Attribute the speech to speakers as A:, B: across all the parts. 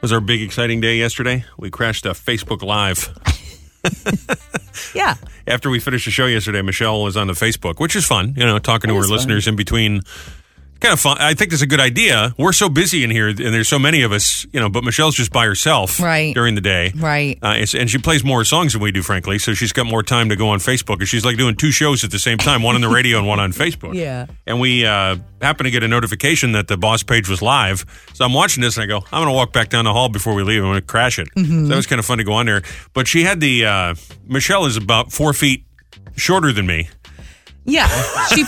A: was our big exciting day yesterday. We crashed a Facebook Live.
B: Yeah.
A: After we finished the show yesterday, Michelle was on the Facebook, which is fun, you know, talking to
B: That
A: her
B: is fun.
A: listeners in between. Kind of fun. I think it's a good idea. We're so busy in here, and there's so many of us, you know. But Michelle's just by herself
B: Right.
A: during the day,
B: Right.
A: Uh, it's, and she plays more songs than we do, frankly. So she's got more time to go on Facebook, and she's like doing two shows at the same time, one on the radio and one on Facebook.
B: Yeah.
A: And we uh, happened to get a notification that the boss page was live. So I'm watching this and I go, I'm going to walk back down the hall before we leave. I'm going to crash it.
B: Mm-hmm.
A: So that was kind of fun to go on there. But she had the, uh, Michelle is about four feet shorter than me.
B: Yeah. She,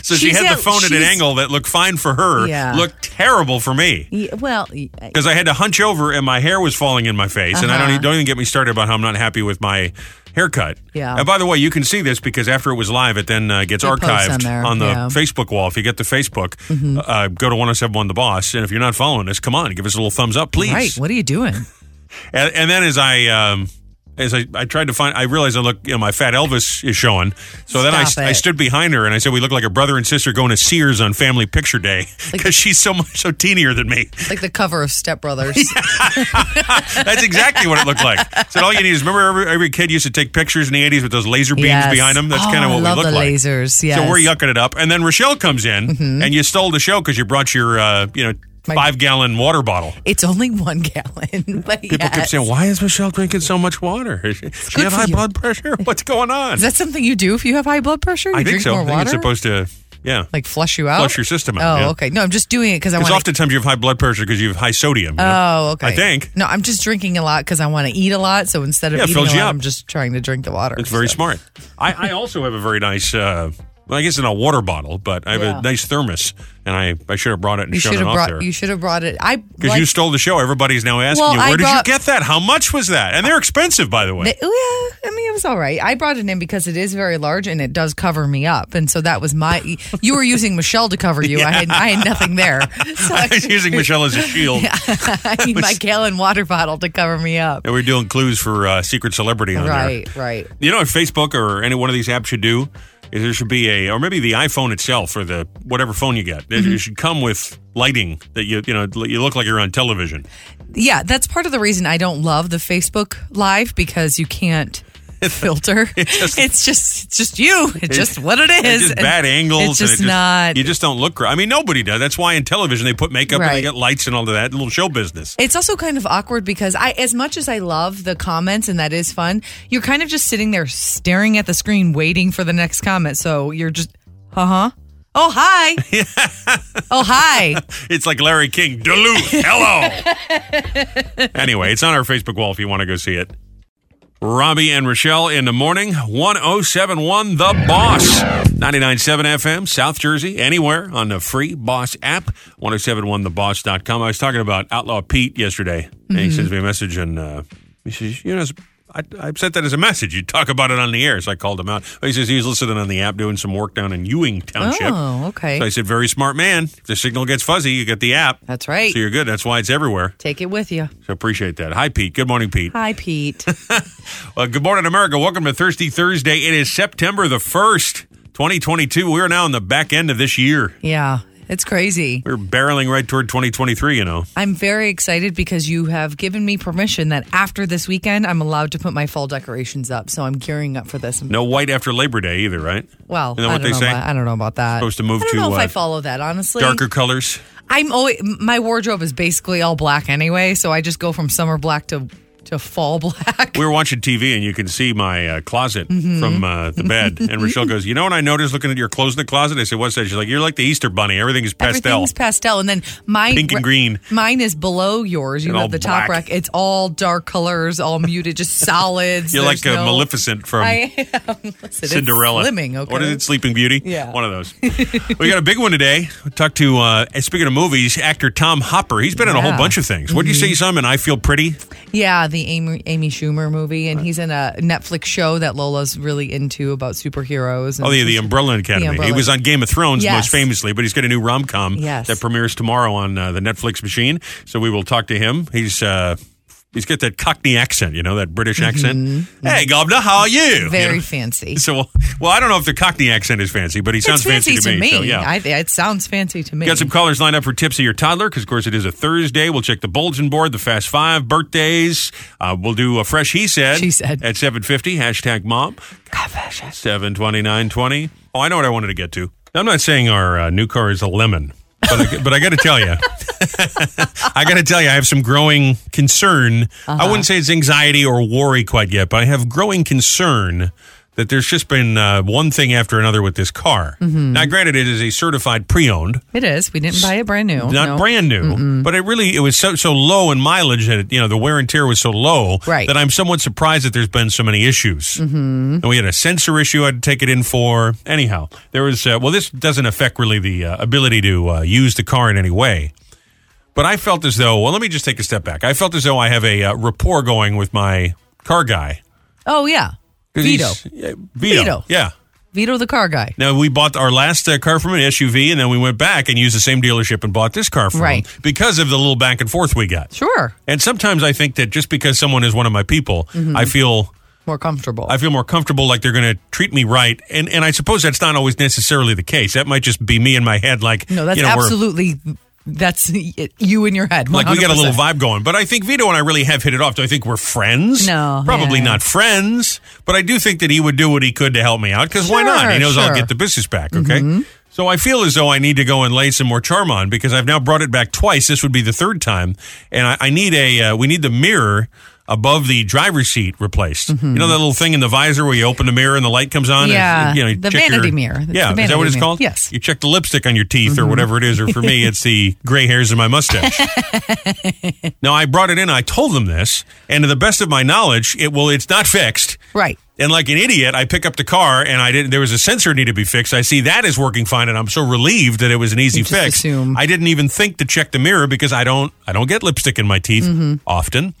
A: So she
B: She's
A: had
B: at-
A: the phone at an
B: she's-
A: angle that looked fine for her,
B: Yeah.
A: looked terrible for me.
B: yeah, well, y- uh,
A: Because I had to hunch over and my hair was falling in my face. And I
B: Uh-huh.
A: don't, e- don't even get me started about how I'm not happy with my haircut.
B: Yeah.
A: And by the way, you can see this because after it was live, it then uh, gets
B: It posts
A: archived
B: on there,
A: the
B: yeah. Mm-hmm.
A: Facebook wall. If you get the Facebook, uh, go to 1071 The Boss. And if you're not following us, come on, give us a little thumbs up, please.
B: right. What are you doing?
A: And, and then as I um, as I, I tried to find, I realized I look, you know, my fat Elvis is showing. So then I,
B: Stop
A: I
B: it.
A: stood behind her and I said, "We look like a brother and sister going to Sears on Family Picture Day because she's so much so teenier than me."
B: Like the cover of Step Brothers.
A: That's exactly what it looked like. So all you need is remember every, every kid used to take pictures in the '80s with those laser beams
B: Yes.
A: behind them. That's
B: Oh,
A: kind of
B: I
A: what
B: love
A: we look
B: the
A: like.
B: lasers, yes. Mm-hmm.
A: So we're yucking it up, and then Rochelle comes in, and you stole the show because you brought your, uh, you know,
B: My-
A: five gallon water bottle.
B: It's only one gallon. But
A: People kept saying, "Why is Michelle drinking so much water? Is she, she
B: good
A: have
B: for
A: high
B: you.
A: blood pressure? What's going on?"
B: Is that something you do if you have high blood pressure? You
A: I think
B: drink
A: so.
B: more
A: I think
B: water?
A: it's supposed to, yeah.
B: like flush you out?
A: Flush your system out,
B: Oh,
A: yeah.
B: okay. No, I'm just doing it because I want
A: Because
B: to.
A: oftentimes you have high blood pressure because you have high sodium. you know?
B: oh, okay.
A: I think
B: No, I'm just drinking a lot because I want to eat a lot. So instead of
A: Yeah, it
B: eating a
A: fills
B: lot,
A: you up.
B: I'm just trying to drink the water.
A: it's very
B: so.
A: smart. I, I also have a very nice. Uh, well, I guess it's not a water bottle, but I have
B: Yeah.
A: a nice thermos, and I, I should have brought it and
B: You
A: shown
B: should
A: it
B: have
A: off
B: brought.
A: there.
B: You should have brought it. I
A: Because
B: like-
A: you stole the show. Everybody's now asking
B: Well,
A: you,
B: I
A: where did you
B: brought-
A: get that? How much was that? And they're expensive, by the way.
B: Th- yeah, I mean, it was all right. I brought it in because it is very large and it does cover me up. And so that was my. You were using Michelle to cover you. I had I had nothing there. So
A: I was using Michelle as a shield.
B: I need my gallon water bottle to cover me up.
A: And we're doing clues for uh, Secret Celebrity on
B: Right,
A: there.
B: right.
A: You know what Facebook or any one of these apps should do? Is there should be a, or maybe the iPhone itself or the whatever phone you get.
B: Mm-hmm.
A: It, it should come with lighting that you, you know, you look like you're on television.
B: Yeah, that's part of the reason I don't love the Facebook Live because you can't filter. it's just it's just you. It's just what it
A: It's
B: is.
A: just
B: And
A: bad angles.
B: It's just
A: and it
B: not.
A: You just don't look right. I mean, nobody does. That's why in television they put makeup and they
B: Right.
A: get lights and all of that little show business.
B: It's also kind of awkward because I, as much as I love the comments and that is fun, you're kind of just sitting there staring at the screen, waiting for the next comment. So you're just, uh huh. Oh hi. oh hi.
A: It's like Larry King, Duluth. Hello. anyway, it's on our Facebook wall if you want to go see it. Robbie and Rochelle in the morning, 1071 The Boss, 99.7 FM, South Jersey, anywhere on the free Boss app, 1071theboss.com. I was talking about Outlaw Pete yesterday, and he sends me a message, and uh, he says, You know, I, I sent that as a message. You talk about it on the air, so I called him out. He says he was listening on the app doing some work down in Ewing Township.
B: Oh,
A: So I
B: okay.
A: said, very smart man. If the signal gets fuzzy, you get the app.
B: That's right.
A: So you're good. That's why it's everywhere.
B: Take it with you.
A: So appreciate that. Hi, Pete. Good morning, Pete.
B: Hi, Pete.
A: Well, good morning, America. Welcome to Thirsty Thursday. It is September the 1st, 2022. We are now in the back end of this year.
B: yeah, it's crazy.
A: We're barreling right toward 2023, you know.
B: I'm very excited because you have given me permission that after this weekend, I'm allowed to put my fall decorations up. So I'm gearing up for this.
A: No white after Labor Day either, right?
B: Well,
A: Isn't that
B: I
A: what
B: don't
A: they
B: know.
A: say?
B: About, I don't know about that.
A: Supposed to move
B: I don't
A: to,
B: know if
A: uh,
B: I follow that honestly.
A: Darker colors.
B: I'm always my wardrobe is basically all black anyway, so I just go from summer black to to fall black.
A: We were watching TV and you can see my uh, closet
B: Mm-hmm.
A: from uh, the bed. And Rochelle goes, You know what I noticed looking at your clothes in the closet? I said, What's that? She's like, You're like the Easter bunny. Everything is pastel.
B: Everything's pastel, and then mine
A: Pink and green.
B: Mine is below yours. You
A: And all
B: have the top
A: black.
B: rack. It's all dark colors, all muted, just solids.
A: You're like
B: There's
A: a
B: no-
A: Maleficent from
B: I am. Listen, it's
A: Cinderella.
B: Slimming. Okay.
A: What is it? Sleeping Beauty.
B: Yeah.
A: One of those. we got a big one today. We'll talk to uh, and speaking of movies, actor Tom Hopper. He's been in a whole
B: Yeah. Mm-hmm.
A: bunch of things. What do you say? You saw him in I Feel Pretty.
B: Yeah, the Amy, Amy Schumer movie, and he's in a Netflix show that Lola's really into about superheroes. And
A: Oh, the the Umbrella Academy. He
B: Umbrella.
A: was on Game of Thrones
B: Yes.
A: most famously, but he's got a new rom com
B: Yes.
A: that premieres tomorrow on uh, the Netflix machine. So we will talk to him. He's. Uh, He's got that Cockney accent, you know, that British accent. Hey, governor, how are you? You
B: Mm-hmm. Very
A: know?
B: fancy.
A: So, well, well, I don't know if the Cockney accent is fancy, but he sounds
B: it's fancy, to me.
A: so, yeah.
B: I, it sounds fancy to me.
A: Got some callers lined up for Tipsy Your Toddler because, of course, it is a Thursday. We'll check the bulletin board, the Fast Five, birthdays. Uh, we'll do a fresh He Said.
B: She Said.
A: At 750, hashtag mom. 72920. Oh, I know what I wanted to get to. I'm not saying our uh, new car is a lemon, but I, but I got to tell you, I got to tell you, I have some growing concern. I
B: Uh-huh.
A: wouldn't say it's anxiety or worry quite yet, but I have growing concern that there's just been uh, one thing after another with this car.
B: Mm-hmm.
A: Now, granted, it is a certified pre-owned,
B: it is. We didn't buy it brand new.
A: not
B: no.
A: brand new, but it really it was so so low in mileage that it, you know the wear and tear was so low
B: Right.
A: that I'm somewhat surprised that there's been so many issues. Mm-hmm. And we had a sensor issue I had to take it in for. Anyhow, there was uh, well this doesn't affect really the uh, ability to uh, use the car in any way. But I felt as though well let me just take a step back. I felt as though I have a uh, rapport going with my car guy.
B: Oh yeah,
A: 'Cause
B: Vito.
A: he's- yeah, Vito.
B: Vito.
A: Yeah.
B: Vito the car guy.
A: Now we bought our last uh, car from an SUV, and then we went back and used the same dealership and bought this car from
B: Right.
A: them because of the little back and forth we got.
B: Sure,
A: And sometimes I think that just because someone is one of my people,
B: Mm-hmm.
A: I feel
B: more comfortable.
A: I feel more comfortable like they're going to treat me right. And and I suppose that's not always necessarily the case. That might just be me in my head, like
B: no, that's
A: you know, we're-
B: absolutely that's you in your head.
A: Like we got a little
B: 100%.
A: vibe going, but I think Vito and I really have hit it off. Do I think we're friends?
B: No,
A: probably
B: yeah.
A: not friends. But I do think that he would do what he could to help me out because why not?
B: Sure,
A: He knows I'll
B: sure. Mm-hmm.
A: get the business back. Okay, so I feel as though I need to go and lay some more charm on because I've now brought it back twice. This would be the third time, and I, I need a. Uh, we need the mirror above the driver's seat replaced.
B: Mm-hmm.
A: You know that little thing in the visor where you open the mirror and the light comes on.
B: Yeah,
A: and, you know, you
B: the
A: check
B: vanity mirror. It's
A: yeah,
B: the
A: is that what
B: vanity
A: it's
B: mirror.
A: called?
B: Yes. Mm-hmm.
A: you check the lipstick on your teeth or whatever it is, or for me, it's the gray hairs in my mustache. Now I brought it in. I told them this, and to the best of my knowledge, it well, it's not fixed.
B: right.
A: And like an idiot, I pick up the car, and I didn't. There was a sensor need to be fixed. I see that is working fine, and I'm so relieved that it was an easy
B: just
A: fix.
B: assume.
A: I didn't even think to check the mirror because I don't. I don't get lipstick in my teeth
B: Mm-hmm.
A: often,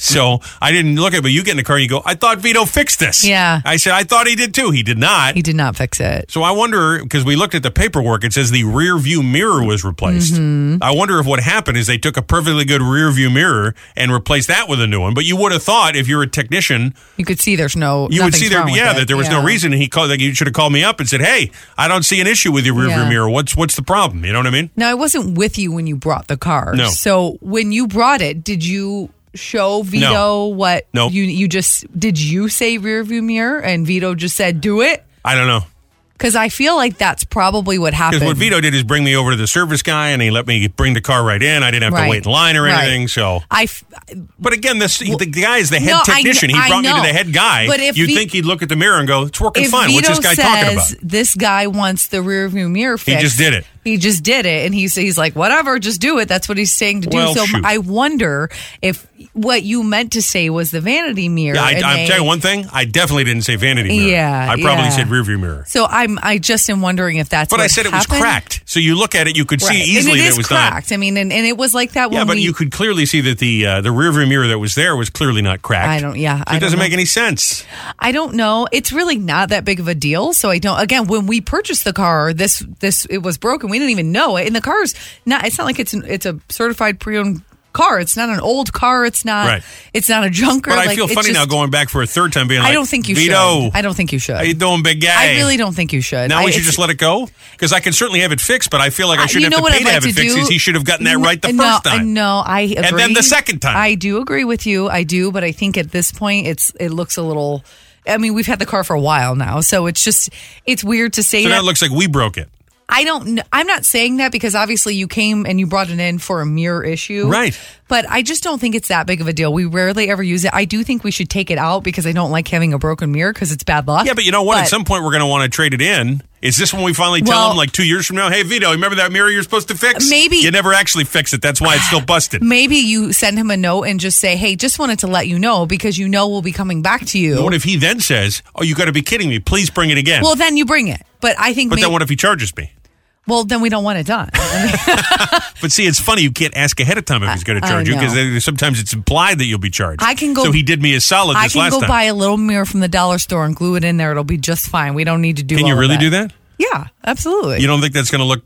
A: so I didn't look at. it. But you get in the car, and you go. I thought Vito fixed this.
B: Yeah.
A: I said I thought he did too. He did not.
B: He did not fix it.
A: So I wonder because we looked at the paperwork, it says the rear view mirror was replaced.
B: Mm-hmm.
A: I wonder if what happened is they took a perfectly good rear view mirror and replaced that with a new one. But you would have thought if you're a technician,
B: You could see there's no.
A: you would
B: nothing's
A: see there,
B: wrong with
A: yeah,
B: it.
A: that there was no
B: Yeah.
A: reason. And he called, like, you should have called me up and said, "Hey, I don't see an issue with your rear view
B: Yeah.
A: mirror. What's what's the problem? You know what I mean?"
B: Now I wasn't with you when you brought the car.
A: No.
B: So when you brought it, did you show Vito
A: No.
B: what
A: Nope.
B: you you just did you say rear view mirror and Vito just said do it?
A: I don't know.
B: Because I feel like that's probably what happened.
A: Because what Vito did is bring me over to the service guy, and he let me bring the car right in. I didn't have to
B: Right.
A: wait in line or
B: Right.
A: anything. So,
B: I f-
A: but again, this the guy is the head
B: no, I kn-
A: technician. he
B: I
A: brought me
B: know.
A: to the head guy.
B: But if
A: you'd
B: Vi-
A: think he'd look at the mirror and go, "It's working
B: if
A: fine."
B: Vito
A: What's this guy
B: says
A: talking about?
B: this guy wants the rear view mirror fixed,
A: just did it.
B: He just did it, and he's he's like, whatever, just do it. That's what he's saying to do.
A: Well,
B: so
A: shoot.
B: I wonder if what you meant to say was the vanity mirror.
A: Yeah, I,
B: and
A: I'm
B: they-
A: telling you one thing. I definitely didn't say vanity mirror.
B: Yeah,
A: I probably
B: yeah.
A: said rearview mirror.
B: So I'm I just am wondering if that's.
A: But
B: what
A: I said it was
B: happened.
A: cracked. So you look at it, you could see
B: Right.
A: easily
B: and
A: that
B: it
A: it
B: is
A: was
B: cracked. I mean, and, and it was like that
A: not. Yeah,
B: when
A: but
B: we.
A: you could clearly see that the uh, the rearview mirror that was there was clearly not cracked.
B: I don't- yeah,
A: So
B: I
A: it
B: don't
A: doesn't
B: know.
A: make any sense.
B: I don't know. It's really not that big of a deal. So I don't. Again, when we purchased the car, this this it was broken. We didn't even know it. And the car's not. It's not like it's an, it's a certified pre-owned car. It's not an old car. It's not.
A: Right.
B: It's not a junker.
A: But I
B: Like,
A: feel
B: it's
A: funny now
B: just-
A: going back for a third time, being like,
B: I don't think you
A: Vito,
B: should. I don't think you should.
A: how you doing, big guy?
B: I really don't think you should.
A: Now
B: I,
A: we should
B: it's-
A: just let it go because I can certainly have it fixed, but I feel like I
B: I-
A: should
B: you
A: have
B: know
A: to
B: what
A: pay
B: I'd
A: to
B: like
A: have
B: to
A: it fixed.
B: do?
A: is He should have gotten that
B: N-
A: right the
B: no,
A: first
B: I-
A: time.
B: No, I agree.
A: then the second time.
B: I do agree with you. I do, but I think at this point, it's it looks a little. I mean, we've had the car for a while now, so it's just it's weird to say
A: So now
B: that.
A: it looks like we broke it.
B: I don't. kn- I'm not saying that because obviously you came and you brought it in for a mirror issue,
A: Right.
B: But I just don't think it's that big of a deal. We rarely ever use it. I do think we should take it out because I don't like having a broken mirror because it's bad luck.
A: Yeah, but you know what? At
B: But-
A: some point, we're going to want to trade it in. Is this when we finally tell
B: Well-
A: them, like two years from now, hey, Vito, remember that mirror you're supposed to fix?
B: Maybe-
A: You never actually fix it. That's why it's still busted.
B: Maybe you send him a note and just say, "Hey, just wanted to let you know because you know we'll be coming back to you."
A: what if he then says, oh, you got to be kidding me. Please bring it again.
B: Well, then you bring it. But I think.
A: but
B: may-
A: then what if he charges me?
B: well, then we don't want it done.
A: But see, it's funny. You can't ask ahead of time if he's going to
B: I
A: charge you
B: know.
A: because sometimes it's implied that you'll be charged.
B: I can go-
A: So he did me a solid
B: I
A: this
B: can
A: last
B: go
A: time.
B: buy a little mirror from the dollar store and glue it in there. It'll be just fine. We don't need to do.
A: can
B: all
A: you
B: of
A: really
B: that.
A: do that?
B: Yeah, absolutely.
A: You don't think that's going to look,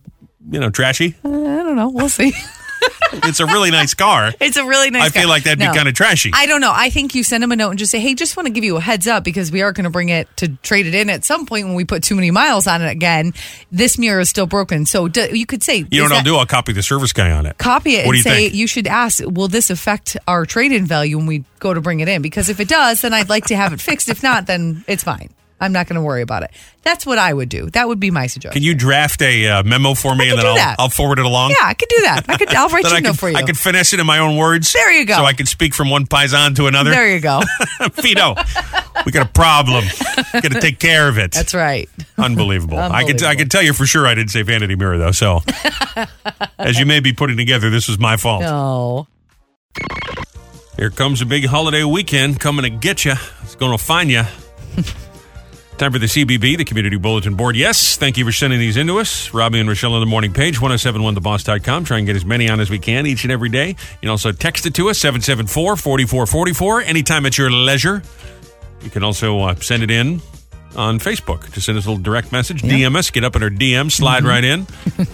A: you know, trashy?
B: I don't know. We'll see.
A: it's a really nice car.
B: It's a really nice.
A: I feel
B: guy.
A: like that'd be
B: No.
A: kind of trashy.
B: I don't know. I think you send him a note and just say, "Hey, just want to give you a heads up because we are going to bring it to trade it in at some point when we put too many miles on it again. This mirror is still broken, so d you could say
A: you know
B: is
A: what I'll
B: that-
A: do? I'll copy the service guy on it.
B: Copy it
A: What do
B: and
A: you
B: say
A: think?
B: you should ask, will this affect our trade in value when we go to bring it in? Because if it does, then I'd like to have it fixed. If not, then it's fine. I'm not going to worry about it. That's what I would do. That would be my suggestion.
A: Can you draft a uh, memo for me and then
B: do
A: I'll,
B: that.
A: I'll forward it along?
B: yeah, I could do that. I could. I'll write
A: Then
B: you a
A: I
B: note
A: could,
B: for you.
A: I could finesse it in my own words.
B: There you go.
A: So I could speak from one paisan to another.
B: there you go.
A: Fido, we got a problem. got to take care of it.
B: That's right.
A: Unbelievable. I could I
B: Unbelievable.
A: could tell you for sure I didn't say vanity mirror though. So as you may be putting together, this was my fault.
B: No.
A: Here comes a big holiday weekend coming to get you. It's going to find you. Time for the CBB, the Community Bulletin Board. Yes, thank you for sending these into us. Robbie and Rochelle on the morning page, 1071theboss.com. Try and get as many on as we can each and every day. You can also text it to us, 774 4444, anytime at your leisure. You can also uh, send it in on Facebook. Just send us a little direct message, DM us, get up in our DM, slide right in.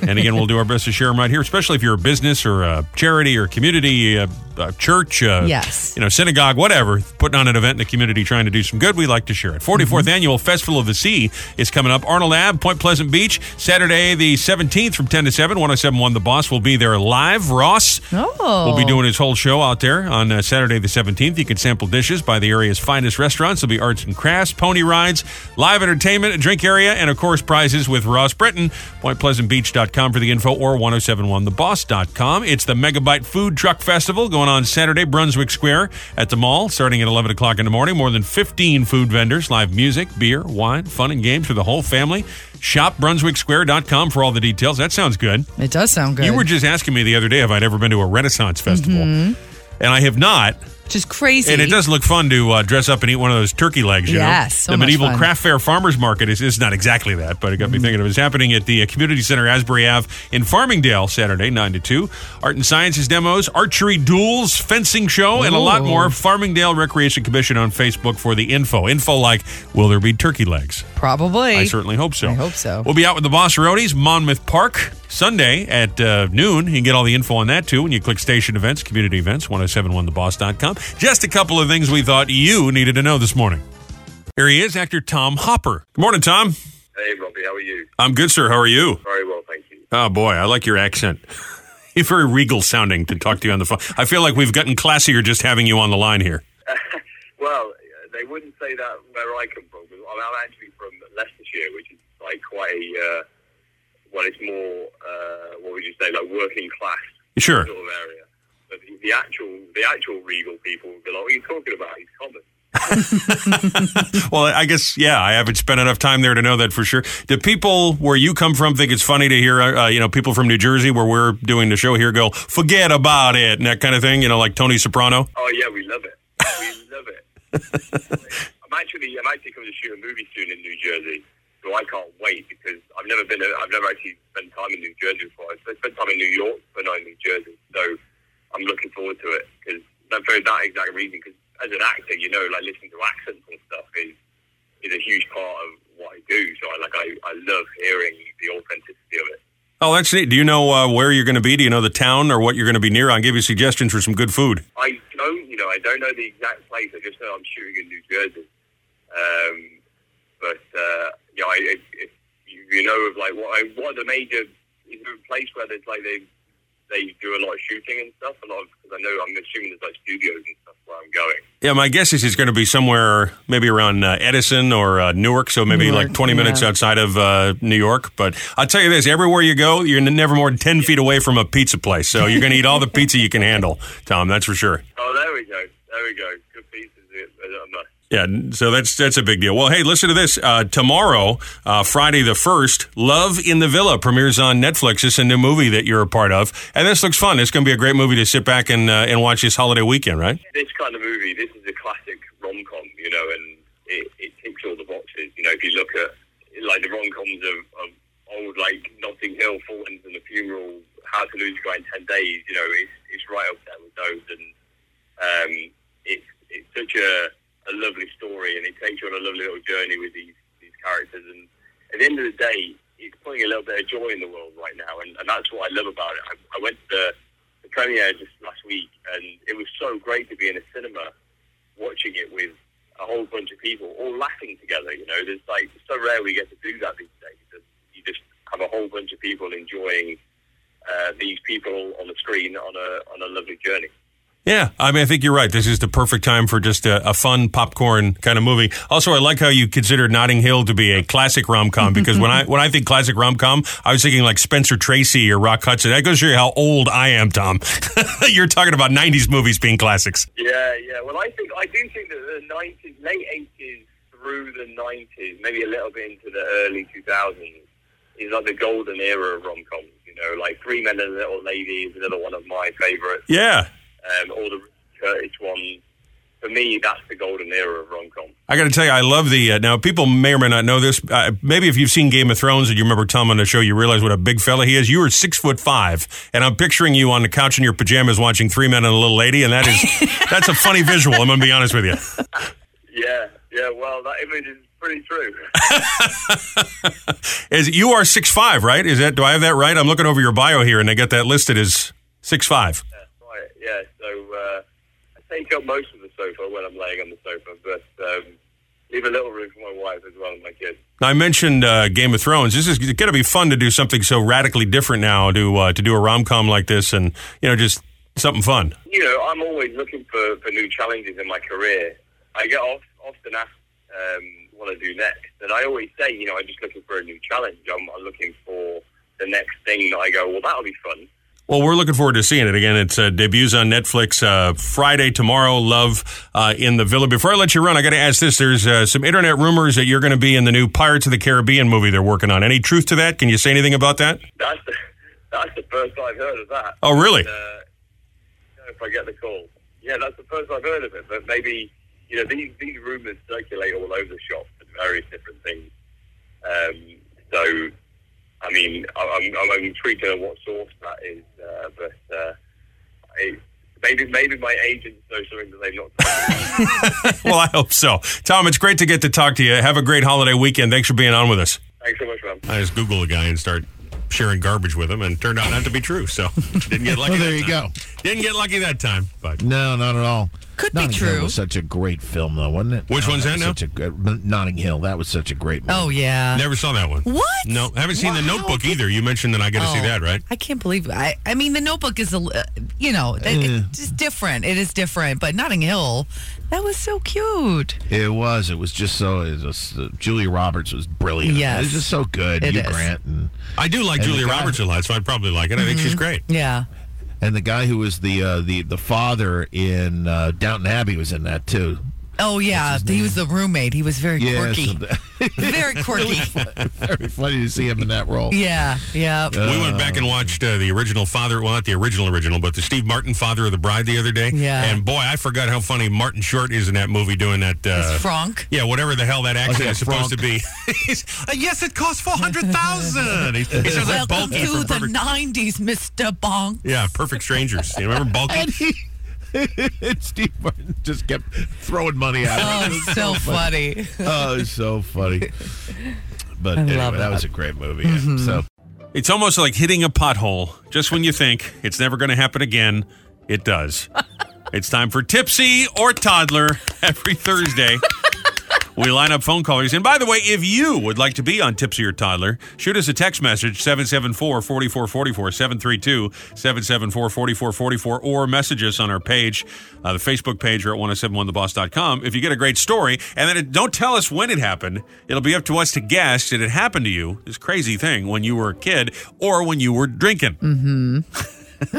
A: And again, we'll do our best to share them right here, especially if you're a business or a charity or community, a, a church, a,
B: Yes.
A: you know, synagogue, whatever, putting on an event in the community trying to do some good. We like to share it. 44th Annual Festival of the Sea is coming up. Arnold Ave, Point Pleasant Beach, Saturday the 17th from 10 to 7. 1071 The Boss will be there live. Ross
B: Oh.
A: will be doing his whole show out there on uh, Saturday the 17th. You can sample dishes by the area's finest restaurants. There'll be arts and crafts, pony rides, live entertainment, a drink area, and of course prizes with Ross Britton. PointPleasantBeach.com for the info or 1071theboss.com. It's the Megabyte Food Truck Festival going on Saturday, Brunswick Square at the mall, starting at 11 o'clock in the morning. More than 15 food vendors, live music, beer, wine, fun, and games for the whole family. Shop brunswicksquare.com for all the details. That sounds good.
B: It does sound good.
A: You were just asking me the other day if I'd ever been to a Renaissance festival,
B: Mm-hmm.
A: and I have not.
B: which is crazy.
A: And it does look fun to uh, dress up and eat one of those turkey legs. You
B: Yes,
A: know?
B: so
A: the
B: much
A: medieval
B: fun. Mm-hmm.
A: craft fair farmers market is, is not exactly that, but it got me thinking of it. It's happening at the uh, community center Asbury Ave in Farmingdale Saturday, nine to two. Art and sciences demos, archery duels, fencing show, and a lot
B: Ooh.
A: more. Farmingdale Recreation Commission on Facebook for the info. Info like, will there be turkey legs?
B: Probably.
A: I certainly hope so.
B: I hope so.
A: We'll be out with the Boss Roadies, Monmouth Park, Sunday at uh, noon. You can get all the info on that too when you click station events, community events, 1071theboss.com. Just a couple of things we thought you needed to know this morning. Here he is, actor Tom Hopper. Good morning, Tom.
C: Hey, Robbie, how are you?
A: I'm good, sir. How are you?
C: Very well, thank you.
A: Oh, boy, I like your accent. You're very regal sounding to talk to you on the phone. I feel like we've gotten classier just having you on the line here.
C: Well, uh, they wouldn't say that where I come from. 'cause I'm I'm actually from Leicestershire, which is like quite a, uh, well, it's more, uh, what would you say, like working class
A: Sure.
C: sort of area. But the, the actual, the actual regal people would be like, what are you talking about? He's common.
A: Well, I guess yeah, I haven't spent enough time there to know that for sure. Do people where you come from think it's funny to hear uh, you know people from New Jersey where we're doing the show here go forget about it and that kind of thing? You know, like Tony Soprano.
C: Oh yeah, we love it. We love it. I'm actually, I'm actually coming to shoot a movie soon in New Jersey, so I can't wait because I've never been, I've never actually spent time in New Jersey before. I spent time in New York, but not in New Jersey. So I'm looking forward to it because that for that exact reason. Because as an actor, you know, like listening to accents and stuff is is a huge part of what I do. So I like, I, I love hearing the authenticity of it.
A: Oh, that's neat. Do you know uh, where you're going to be? Do you know the town or what you're going to be near? I'll give you suggestions for some good food.
C: I don't, you know, I don't know the exact place. I just know I'm shooting in New Jersey. Um, but uh, you know, I, if, if you you know of like what I, what are the major is there a place where there's like they they do a lot of shooting and stuff, a lot of because I know I'm assuming there's like studios and stuff where I'm going.
A: Yeah, my guess is it's going to be somewhere maybe around uh, Edison or uh, Newark, so maybe
B: Newark,
A: like 20 minutes
B: yeah.
A: outside of uh, New York. But I'll tell you this everywhere you go, you're n- never more than 10 feet away from a pizza place. So you're going to eat all the pizza you can handle, Tom, that's for sure.
C: Oh, there we go, there we go, good pieces. I'm not.
A: Yeah, n- so that's that's a big deal. Well, hey, listen to this. Uh, tomorrow, uh, Friday the first, Love in the Villa premieres on Netflix. It's a new movie that you're a part of, and this looks fun. It's going to be a great movie to sit back and uh, and watch this holiday weekend, right?
C: this kind of movie, this is a classic rom com, you know, and it, it ticks all the boxes. You know, if you look at like the rom coms of, of old, like Notting Hill, Fulton's and the Funeral, How to Lose a Guy in Ten Days, you know, it's it's right up there with those, and um, it's it's such a, a lovely story, and it takes you on a lovely little journey with these these characters, and at the end of the day, it's putting a little bit of joy in the world right now, and, and that's what I love about it. I, I went to the premiere just last week, and it was so great to be in a cinema watching it with a whole bunch of people, all laughing together. You know, there's like it's so rare we get to do that these days. That you just have a whole bunch of people enjoying uh, these people on the screen on a on a lovely journey.
A: Yeah, I mean, I think you're right. This is the perfect time for just a, a fun popcorn kind of movie. Also, I like how you consider Notting Hill to be a classic rom com because when I when I think classic rom com, I was thinking like Spencer Tracy or Rock Hudson. That goes to show you how old I am, Tom. you're talking about '90s movies being classics.
C: Yeah, yeah. Well, I think I do think that the nineties, late eighties through the nineties, maybe a little bit into the early two thousands, is like the golden era of rom coms. You know, like Three Men and a Little Lady is another one of my favorites.
A: Yeah,
C: Um, all the Curtis ones. For me, that's the golden era of rom com.
A: I got to tell you, I love the. Uh, now, people may or may not know this. Uh, maybe if you've seen Game of Thrones and you remember Tom on the show, you realize what a big fella he is. You were six foot five, and I'm picturing you on the couch in your pajamas watching Three Men and a Little Lady, and that is that's a funny visual. I'm going to be honest with you.
C: Yeah, yeah. Well, that image is pretty true.
A: Is you are six five, right? Is that do I have that right? I'm looking over your bio here, and I got that listed as six five.
C: Right, yeah. So uh, I take up most of the sofa when I'm laying on the sofa, but um, leave a little room for my wife as well and my kids.
A: Now, I mentioned uh, Game of Thrones. This is going to be fun to do something so radically different now to uh, to do a rom com like this, and you know, just something fun.
C: You know, I'm always looking for, for new challenges in my career. I get off, often asked um, what I do next, and I always say, you know, I'm just looking for a new challenge. I'm, I'm looking for the next thing that I go, well, that'll be fun.
A: Well, we're looking forward to seeing it again. It's uh, debuts on Netflix uh, Friday tomorrow. Love uh, in the Villa. Before I let you run, I got to ask this: There's uh, some internet rumors that you're going to be in the new Pirates of the Caribbean movie they're working on. Any truth to that? Can you say anything about that?
C: That's the, that's the first I've heard of that.
A: Oh, really?
C: uh, if I get the call. Yeah, that's the first I've heard of it. But maybe you know these these rumours circulate all over the shop and various different things. Um, so, I mean, I- I'm I'm intrigued to know what source that is, uh, but uh, I, maybe maybe my agents know something that they've not. Told me.
A: well, I hope so. Tom, it's great to get to talk to you. Have a great holiday weekend. Thanks for being on with us.
C: Thanks so much, man.
A: I just Googled a guy and started sharing garbage with him, and it turned out not to be true. So didn't get lucky.
D: Well, there
A: that
D: you
A: time. Didn't get lucky that time. But
D: No, not at all.
B: Could be
D: Notting Hill
B: true.
D: was such a great film, though, wasn't it?
A: Which one's that
D: was
A: now?
D: Such a good, Notting Hill. That was such a great one.
B: Oh yeah.
A: never saw that one.
B: What?
A: No, haven't seen the
B: Wow.
A: Notebook either. You mentioned that I got to see
B: Oh,
A: that, right?
B: I can't believe I. I mean, The Notebook is a, li- you know, that, it's just different. It is different, but Notting Hill, that was so cute.
D: It was. It was just so. It was, uh, Julia Roberts was brilliant.
B: Yes.
D: it was just so good.
B: It
D: Hugh
B: is.
D: Grant and
A: I do like
D: And
A: Julia
D: the guy-
A: Roberts a lot, so I'd probably like it. I think she's
B: Mm-hmm.
A: great.
B: Yeah.
D: and the guy who was the uh, the the father in uh, Downton Abbey was in that too.
B: Oh yeah. He was the roommate. He was very
D: Yeah,
B: quirky.
D: so that-
B: very quirky.
D: very funny to see him in that role.
B: yeah. Yeah.
A: we went back and watched uh, the original Father, well, not the original original, but the Steve Martin Father of the Bride the other day.
B: Yeah.
A: And boy, I forgot how funny Martin Short is in that movie doing that. Uh,
B: It's Frank.
A: yeah, whatever the hell that accent
D: yeah,
A: is supposed to be. He's, uh, yes, it costs four hundred thousand. He he sounds like
B: Welcome
A: Bulky
B: to
A: from
B: the
A: Perfect.
B: '90s, Mr. Bonk.
A: yeah, Perfect Strangers. You remember Bulky?
D: And he, and Steve Martin just kept throwing money at him.
B: Oh, so funny.
D: oh, it's so funny. But anyway,
B: love
D: that.
B: that. Mm-hmm.
D: was a great movie. yeah. So
A: It's almost like hitting a pothole. Just when you think it's never going to happen again, it does. it's time for Tipsy or Toddler every Thursday. We line up phone callers. And by the way, if you would like to be on Tipsy or Toddler, shoot us a text message 774 4444 732 774 4444 or message us on our page, uh, the Facebook page or at 1071theboss.com. If you get a great story and then it, don't tell us when it happened, it'll be up to us to guess that it happened to you, this crazy thing, when you were a kid or when you were drinking. Mm-hmm.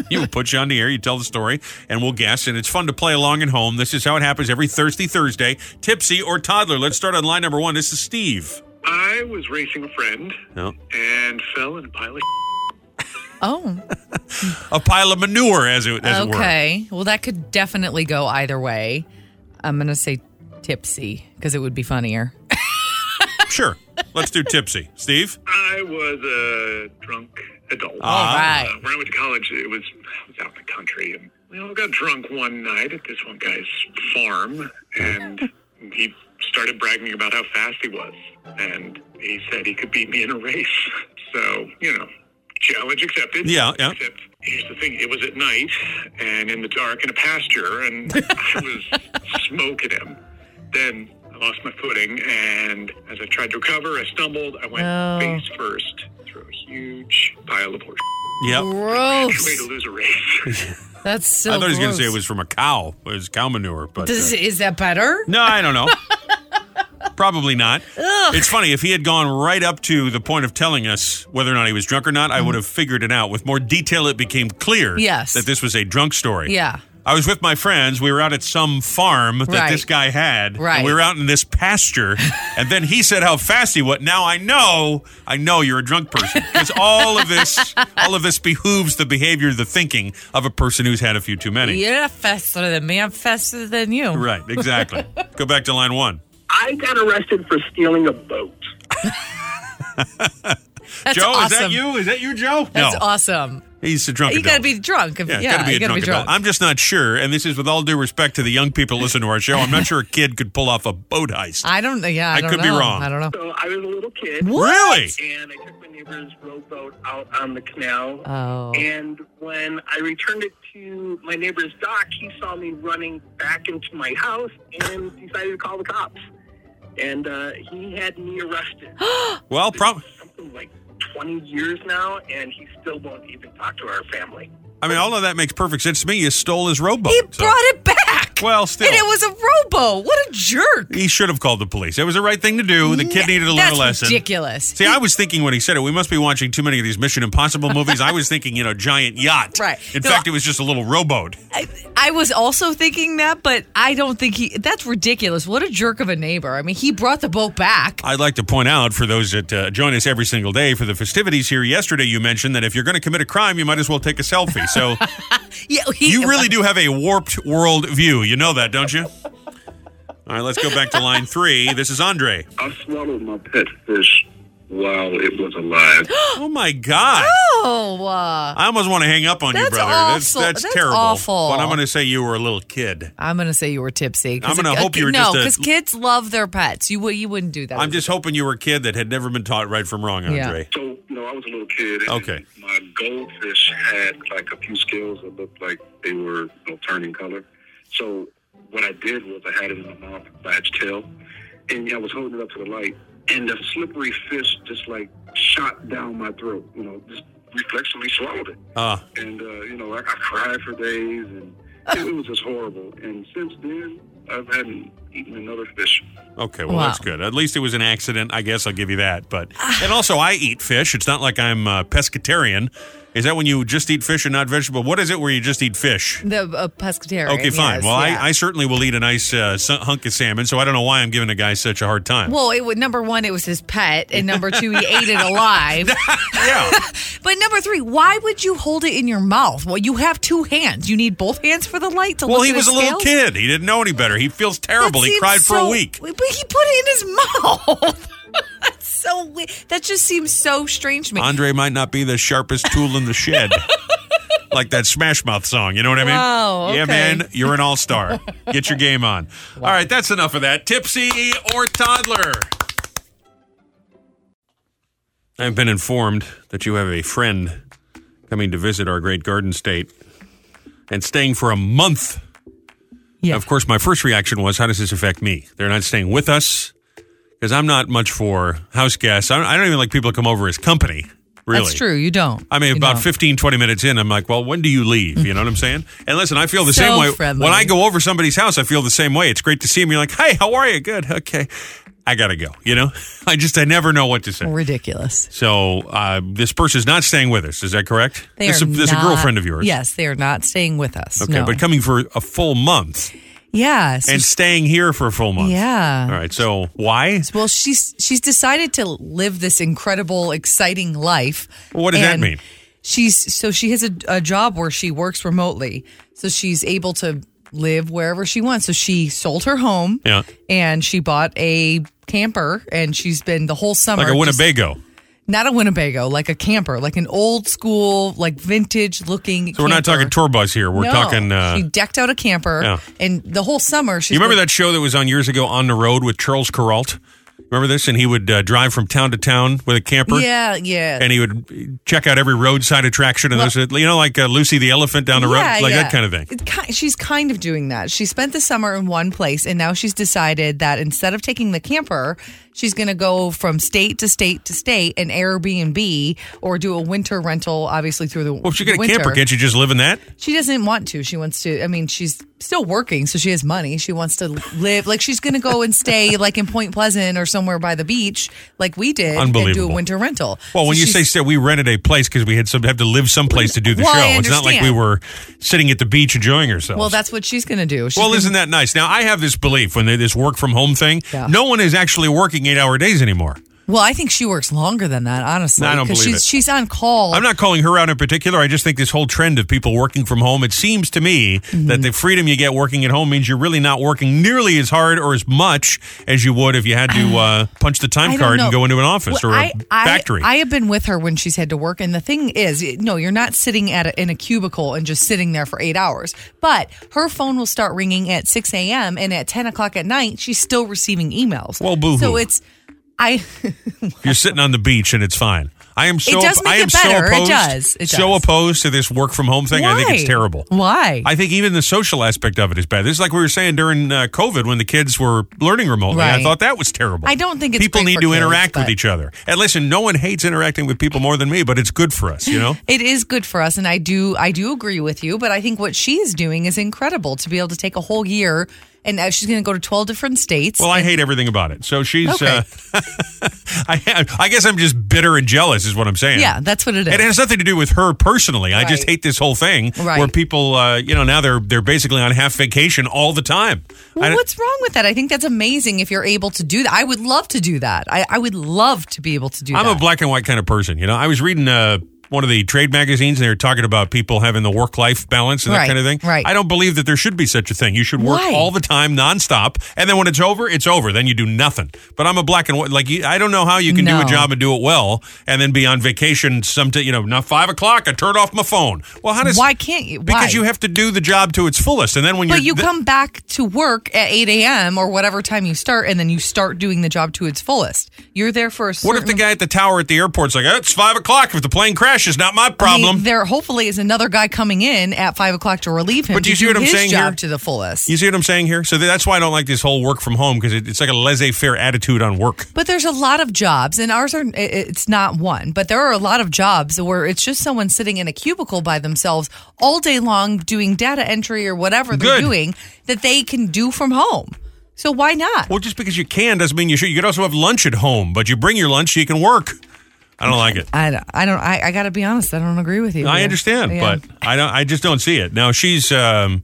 A: you we'll put you on the air, you tell the story, and we'll guess. And it's fun to play along at home. This is how it happens every Thursday, Thursday. Tipsy or toddler. Let's start on line number one. This is Steve.
E: I was racing a friend
A: No.
E: and fell in a pile of
B: Oh,
A: A pile of manure, as it, as it were.
B: okay. Well, that could definitely go either way. I'm gonna say tipsy because it would be funnier.
A: Sure. Let's do tipsy. Steve?
E: I was a drunk adult.
B: Ah.
A: All
B: right.
E: Uh, when I went to college, it was I was out in the country, and we all got drunk one night at this one guy's farm, and he started bragging about how fast he was, and he said he could beat me in a race. So you know, challenge accepted.
A: Yeah, yeah.
E: Except here's the thing it was at night and in the dark in a pasture and i was smoking him then i lost my footing and as i tried to recover i stumbled i went
B: No.
E: face first through a huge pile of horse
A: Yep.
E: way to
B: Gross.
E: lose a race
B: That's so.
A: Oh. I thought he was going to
B: gross.
A: say it was from a cow. It was cow manure, but
B: Does,
A: uh,
B: is that better?
A: no, I don't know. Probably not. It's funny if he had gone right up to the point of telling us whether or not he was drunk or not, I would have figured it out. With more detail, it became clear
B: Mm-hmm. Yes.
A: that this was a drunk story.
B: Yeah.
A: I was with my friends. We were out at some farm that
B: Right.
A: this guy had.
B: Right.
A: And we were out in this pasture, and then he said how fast he went. Now I know, I know you're a drunk person because all of this, all of this behooves the behavior, the thinking of a person who's had a few too many.
B: You're not faster than me. I'm faster than you.
A: Right. Exactly. Go back to line one.
F: I got arrested for stealing a boat.
B: That's
A: Joe,
B: awesome.
A: is that you? Is that you, Joe?
B: That's
A: no,
B: awesome.
A: he's a drunk.
B: You got to
A: adult.
B: be drunk. If,
A: Yeah,
B: yeah,
A: it's got to be
B: you
A: a drunk, adult. I'm just not sure, and this is with all due respect to the young people listening to our show. I'm not sure a kid could pull off a boat heist.
B: I don't. Yeah, I,
A: I
B: don't
A: could be
B: know.
A: wrong.
B: I don't know.
F: So I was a little kid,
A: Really?
F: and I took my neighbor's rowboat out on the canal.
E: Uh-huh.
B: Oh.
F: And when I returned it to my neighbor's dock, he saw me running back into my house and decided to call the cops. And uh, he had me arrested.
A: Well, prob-
F: Something like 20 years now, and he still won't even talk to our family.
A: I mean, all of that makes perfect sense to me. You stole his rowboat.
B: He
A: so-
B: brought it back.
A: Well, still.
B: And it was a robo. What a jerk.
A: He should have called the police. It was the right thing to do. The kid needed to learn
B: That's
A: a lesson.
B: ridiculous.
A: See, I was thinking when he said it, we must be watching too many of these Mission Impossible movies. I was thinking, you know, giant yacht.
B: Right.
A: In
B: No,
A: fact, it was just a little rowboat.
B: I, I was also thinking that, but I don't think he. That's ridiculous. What a jerk of a neighbor. I mean, he brought the boat back.
A: I'd like to point out for those that uh, join us every single day for the festivities here yesterday, you mentioned that if you're going to commit a crime, you might as well take a selfie. So
B: Yeah, he,
A: you really do have a warped world view. You know that, don't you? All right, let's go back to line three. This is Andre.
E: i swallowed my pet fish while it was alive
A: Oh, my God.
B: Oh, uh,
A: I almost want to hang up on you,
B: That's
A: brother.
B: awful.
A: That's, that's,
B: That's
A: terrible.
B: awful.
A: But I'm going to say you were a little kid.
B: I'm gonna say you were tipsy. 'cause
A: I'm gonna
B: a- a
A: hope you
B: kid-
A: were
B: no,
A: just a-
B: because kids love their pets. You would you wouldn't do that.
A: I'm just hoping you were a kid that had never been taught right from wrong,
B: Yeah.
A: Andre.
E: So no, I was a little kid. and
A: Okay.
E: My goldfish had like a few scales that looked like they were you know, turning color. So what I did was I had it in my mouth by its tail, and I was holding it up to the light, and the slippery fish just like shot down my throat. You know, just reflexively swallowed it,
A: Uh,
E: and uh, you know I, I cried for days, and it, was just horrible. And since then, I haven't eaten another fish.
A: okay, well,
B: Wow. Ah.
A: that's good. At least it was an accident. I guess I'll give you that. But And also, I eat fish. It's not like I'm uh, pescatarian. Is that when you just eat fish and not vegetable? What is it where you just eat fish?
B: the uh, pescatarian.
A: Okay, fine.
B: yes,
A: well,
B: yeah.
A: I, I certainly will eat a nice uh, su- hunk of salmon, so I don't know why I'm giving a guy such a hard time.
B: Well, it would number one, it was his pet, and number two, he ate it alive.
A: yeah.
B: But number three, why would you hold it in your mouth? Well, you have two hands. You need both hands for the light to
A: Well,
B: look
A: he
B: at
A: was a
B: his
A: little
B: scales?
A: kid. He didn't know any better. He feels terrible.
B: That
A: He
B: seems
A: cried for a
B: so-
A: week.
B: But he put it in his mouth. That's so weird. That just seems so strange to me.
A: Andre might not be the sharpest tool in the shed. like that Smash Mouth song, you know what I mean?
B: Wow,
A: Yeah,
B: okay.
A: man, you're an all star. Get your game on. All right, that's enough of that. Tipsy or toddler? I've been informed that you have a friend coming to visit our great garden state and staying for a month.
B: Yeah.
A: Of course, my first reaction was, how does this affect me? They're not staying with us because I'm not much for house guests. I don't, I don't even like people to come over as company, really.
B: That's true. You don't.
A: I mean,
B: You
A: about
B: don't.
A: fifteen, twenty 15, 20 minutes in, I'm like, well, when do you leave? You know what I'm saying? And listen, I feel the
B: So
A: same way.
B: friendly.
A: When I go over somebody's house, I feel the same way. It's great to see them. You're like, hey, how are you? Good. Okay. I got to go. You know, I just, I never know what to say.
B: Ridiculous.
A: So uh, this person's not staying with us. Is that correct?
B: They
A: this
B: are
A: is this is
B: not-
A: a girlfriend of yours.
B: Yes, they are not staying with us.
A: Okay,
B: no.
A: but coming for a full month
B: yes.
A: and staying here for a full month.
B: Yeah.
A: All right. So why?
B: well, she's she's decided to live this incredible, exciting life.
A: What does that
B: And
A: mean?
B: She's so she has a, a job where she works remotely, so she's able to live wherever she wants. So she sold her home,
A: Yeah.
B: and she bought a camper, and she's been the whole summer
A: Like a
B: just-
A: Winnebago.
B: not a Winnebago, like a camper, like an old school, like vintage looking.
A: So we're not talking tour bus here. We're
B: No.
A: talking. Uh,
B: she decked out a camper,
A: Yeah.
B: and the whole summer she.
A: you remember that show that was on years ago on the road with Charles Kuralt? Remember this? And he would uh, drive from town to town with a camper.
B: Yeah, yeah.
A: And he would check out every roadside attraction and those, you know, like uh, Lucy the elephant down the
B: yeah,
A: road, like
B: yeah.
A: that kind of thing.
B: It ki- she's kind of doing that. She spent the summer in one place, and now she's decided that instead of taking the camper, she's going to go from state to state to state and Airbnb or do a winter rental, obviously through the
A: Well, if you get
B: the
A: a
B: winter.
A: camper, can't you just live in that?
B: She doesn't want to. She wants to. I mean, she's still working, so she has money. She wants to live like she's going to go and stay like in Point Pleasant or somewhere by the beach, like we did, and do a
A: Unbelievable.
B: winter rental.
A: Well, when
B: So
A: you
B: she's-
A: say st- we rented a place because we had some have to live someplace to do the
B: Well, I
A: show. It's not like we
B: understand.
A: were sitting at the beach enjoying ourselves.
B: well, that's what she's going to do. She's
A: well,
B: gonna-
A: isn't that nice? Now I have this belief when they, this work from home thing,
B: Yeah.
A: no one is actually working eight hour days anymore.
B: well, I think she works longer than that, honestly.
A: I don't
B: 'cause
A: believe
B: she's,
A: it.
B: She's on call.
A: I'm not calling her out in particular. I just think this whole trend of people working from home. It seems to me
B: Mm-hmm.
A: that the freedom you get working at home means you're really not working nearly as hard or as much as you would if you had to uh, punch the
B: I
A: time
B: don't
A: card and
B: know.
A: go into an office
B: Well,
A: or a
B: I- I-
A: factory.
B: I have been with her when she's had to work, and the thing is, it- no, you're not sitting at a, in a cubicle and just sitting there for eight hours. But her phone will start ringing at six a.m. and at ten o'clock at night, she's still receiving emails.
A: Well, boo-hoo.
B: So it's, I,
A: You're sitting on the beach and it's fine. I am so.
B: does make
A: I am
B: it better.
A: So
B: It
A: opposed,
B: does. It
A: So
B: does.
A: opposed to this work from home thing. I think it's
B: Why?
A: terrible.
B: Why?
A: I think even the social aspect of it is bad. This is like we were saying during uh, COVID when the kids were learning remotely. I
B: Right.
A: thought that was terrible.
B: I don't think it's
A: people
B: great
A: need
B: for
A: to
B: kids,
A: interact with
B: but-
A: each other. And listen, no one hates interacting with people more than me, but it's good for us. You know.
B: it is good for us, and I do, I do agree with you. But I think what she's doing is incredible to be able to take a whole year, and uh, she's going to go to twelve different states.
A: Well, I hate everything about it. So she's.
B: Okay.
A: Uh, I I guess I'm just bitter and jealous, is what I'm saying.
B: yeah, that's what it is.
A: It has nothing to do with her personally. I just
B: Right.
A: hate this whole thing
B: Right.
A: where people, uh, you know, now they're they're basically on half vacation all the time. I
B: Well,
A: don't-
B: what's wrong with that? I think that's amazing if you're able to do that. I would love to do that. I, I would love to be able to do
A: I'm
B: that.
A: a black and white kind of person. You know, I was reading uh, one of the trade magazines and they were talking about people having the work life balance and that
B: Right,
A: kind of thing.
B: right.
A: I don't believe that there should be such a thing. You should work
B: Why?
A: all the time, nonstop, and then when it's over, it's over. Then you do nothing. But I'm a black and white. Like you, I don't know how you can do a
B: No.
A: job and do it well, and then be on vacation. Some you know, not five o'clock. I turn off my phone. Well, how does
B: Why can't you?
A: Because
B: Why?
A: you have to do the job to its fullest, and then when
B: but
A: you're
B: you
A: th-
B: come back to work at 8 a.m. or whatever time you start, and then you start doing the job to its fullest. You're there for a certain.
A: What if the guy at the tower at the airport's like, "Oh, it's five o'clock. If the plane crashes, not my
B: I mean,
A: problem.
B: there hopefully is another guy coming in at five o'clock to relieve him.
A: But do you
B: to
A: see what I'm
B: his
A: saying
B: job
A: here?
B: to the fullest.
A: you see what I'm saying here? So that's why I don't like this whole work from home because it, it's like a laissez-faire attitude on work.
B: But there's a lot of jobs, and ours are, i- it's not one, but there are a lot of jobs where it's just someone sitting in a cubicle by themselves all day long doing data entry or whatever they're
A: Good.
B: doing that they can do from home. So why not?
A: Well, just because you can doesn't mean you should. You could also have lunch at home, but you bring your lunch so you can work. I don't like it.
B: I don't, I don't, I, I gotta be honest, I don't agree with you.
A: I
B: Yeah.
A: understand,
B: Yeah.
A: but I don't. I just don't see it. Now she's um,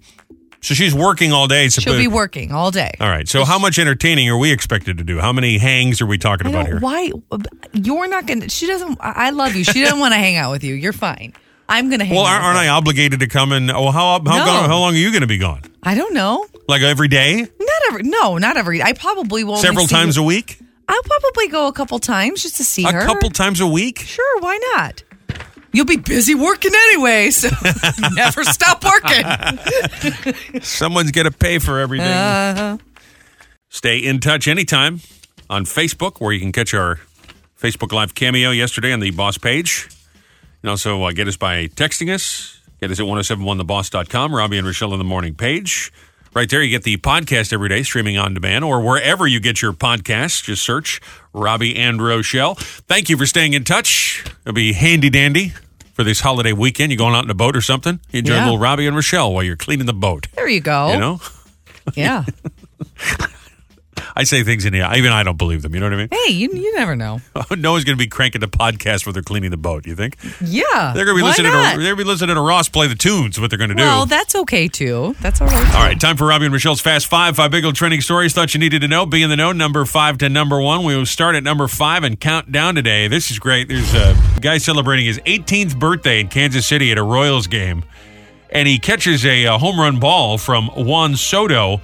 A: so she's working all day. So
B: she'll be working all day.
A: All right. So how much entertaining are we expected to do? How many hangs are we talking
B: I
A: about
B: don't,
A: here?
B: why you're not gonna, she doesn't, I I love you. She doesn't wanna hang out with you. You're fine. I'm gonna hang
A: Well,
B: out.
A: aren't, aren't I obligated to come and? Well, how how,
B: No.
A: gone- how long are you going to be gone?
B: I? I don't know.
A: Like every day,
B: Not every, no, not every, I probably won't.
A: several times a week,
B: I'll probably go a couple times just to see
A: a
B: her.
A: couple times a week.
B: Sure, why not? You'll be busy working anyway, so never stop working.
A: Someone's gonna pay for everything. Stay in touch anytime on Facebook, where you can catch our Facebook Live cameo yesterday on the Boss page. And also uh, get us by texting us. Get us at 1071theboss.com, Robbie and Rochelle in the morning page. Right there, you get the podcast every day, streaming on demand, or wherever you get your podcasts. Just search Robbie and Rochelle. Thank you for staying in touch. It'll be handy dandy for this holiday weekend. You're going out in a boat or something. You enjoy
B: Yeah.
A: a little Robbie and Rochelle while you're cleaning the boat.
B: There you go.
A: You know?
B: Yeah.
A: I say things in here. Even I don't believe them. You know what I mean?
B: Hey, you, you never know.
A: no one's going to be cranking the podcast while they're cleaning the boat. You think
B: Yeah.
A: they're going to be
B: why
A: listening? To,
B: not?
A: they're going to be listening to Ross play the tunes. What they're going to do?
B: Well, that's okay too. That's all right.
A: All right, time for Robbie and Michelle's Fast Five. Five big old trending stories. Thought you needed to know. Be in the know. Number five to number one. We will start at number five and count down today. This is great. There's a guy celebrating his 18th birthday in Kansas City at a Royals game, and he catches a, uh home run ball from Juan Soto.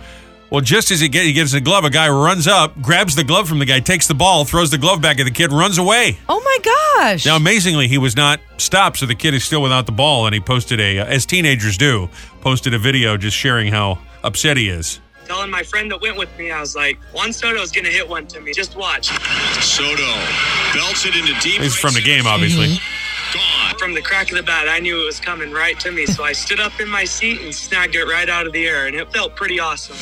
A: Well, just as he, get, he gets the glove, a guy runs up, grabs the glove from the guy, takes the ball, throws the glove back at the kid, runs away.
B: Oh my gosh.
A: Now, amazingly, he was not stopped, so the kid is still without the ball, and he posted a, as teenagers do, posted a video just sharing how upset he is.
G: Telling my friend that went with me, I was like, Juan Soto's going to hit one to me. Just watch.
H: Soto belts it into deep.
A: He's
H: right
A: from the
H: center.
A: game, obviously.
B: Mm-hmm.
H: Gone.
G: From the crack of the bat, I knew it was coming right to me. So I stood up in my seat and snagged it right out of the air, and it felt pretty awesome.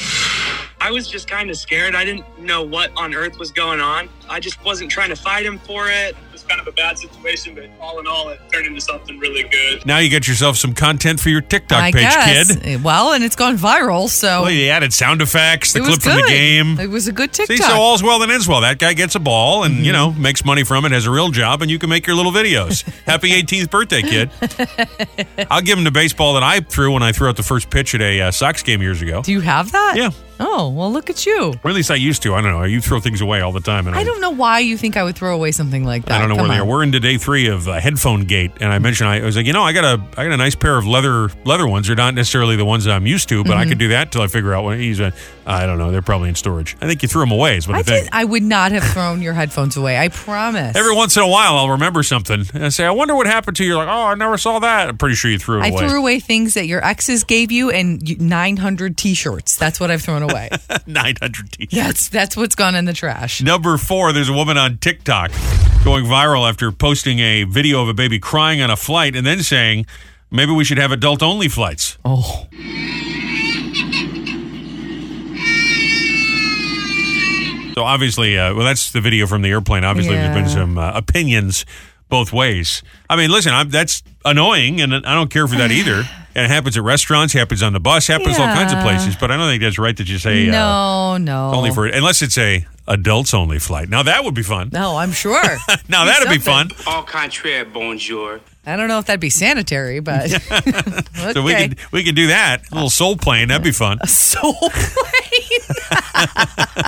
G: I was just kind of scared. I didn't know what on earth was going on. I just wasn't trying to fight him for it. It was kind of a bad situation, but all in all, it turned into something really good.
A: Now you get yourself some content for your TikTok
B: I
A: page,
B: guess. Eh,
A: kid.
B: Well, and it's gone viral, so
A: Well, you added sound effects, the
B: it
A: clip
B: was
A: from
B: good.
A: the game.
B: It was a good TikTok.
A: See, so all's well that ends well. That guy gets a ball and, you
B: Mm-hmm.
A: know, makes money from it, has a real job, and you can make your little videos. Happy 18th birthday, kid. I'll give him the baseball that I threw when I threw out the first pitch at a uh, Sox game years ago.
B: Do you have that?
A: Yeah.
B: Oh well, look at you.
A: Or at least I used to. I don't know. You throw things away all the time. And
B: I don't know why you think I would throw away something like that.
A: I don't know
B: Come
A: where they are.
B: on.
A: We're into day three of uh, headphone gate, and I mentioned I, I was like, you know, I got a I got a nice pair of leather leather ones. They're not necessarily the ones that I'm used to, but
B: Mm-hmm.
A: I could do that till I figure out what he's. uh, I don't know. They're probably in storage. I think you threw them away. Is what I,
B: I
A: think.
B: did. I would not have thrown your headphones away. I promise.
A: Every once in a while, I'll remember something and I say, I wonder what happened to you. You're like, oh, I never saw that. I'm pretty sure you threw it
B: I
A: away.
B: threw away things that your exes gave you and you- 900 t-shirts. That's what I've thrown away.
A: 900 t-shirts.
B: that's that's what's gone in the trash.
A: Number four, there's a woman on TikTok going viral after posting a video of a baby crying on a flight and then saying, maybe we should have adult only flights.
B: Oh.
A: So obviously, uh, well, that's the video from the airplane. Obviously, there's been
B: Yeah.
A: some uh, opinions both ways. I mean, listen, I'm, that's annoying, and I don't care for that either. And it happens at restaurants, happens on the bus, happens all kinds of
B: Yeah.
A: places. But I don't think that's right that you say uh,
B: no, no.
A: only for unless it's a adults only flight. Now that would be fun.
B: No, I'm sure.
A: Now
B: Do
A: that'd be fun.
B: something.
I: All contraire, bonjour.
B: I don't know if that'd be sanitary, but okay.
A: So we could we could do that. A little soul plane. That'd be fun.
B: so plain.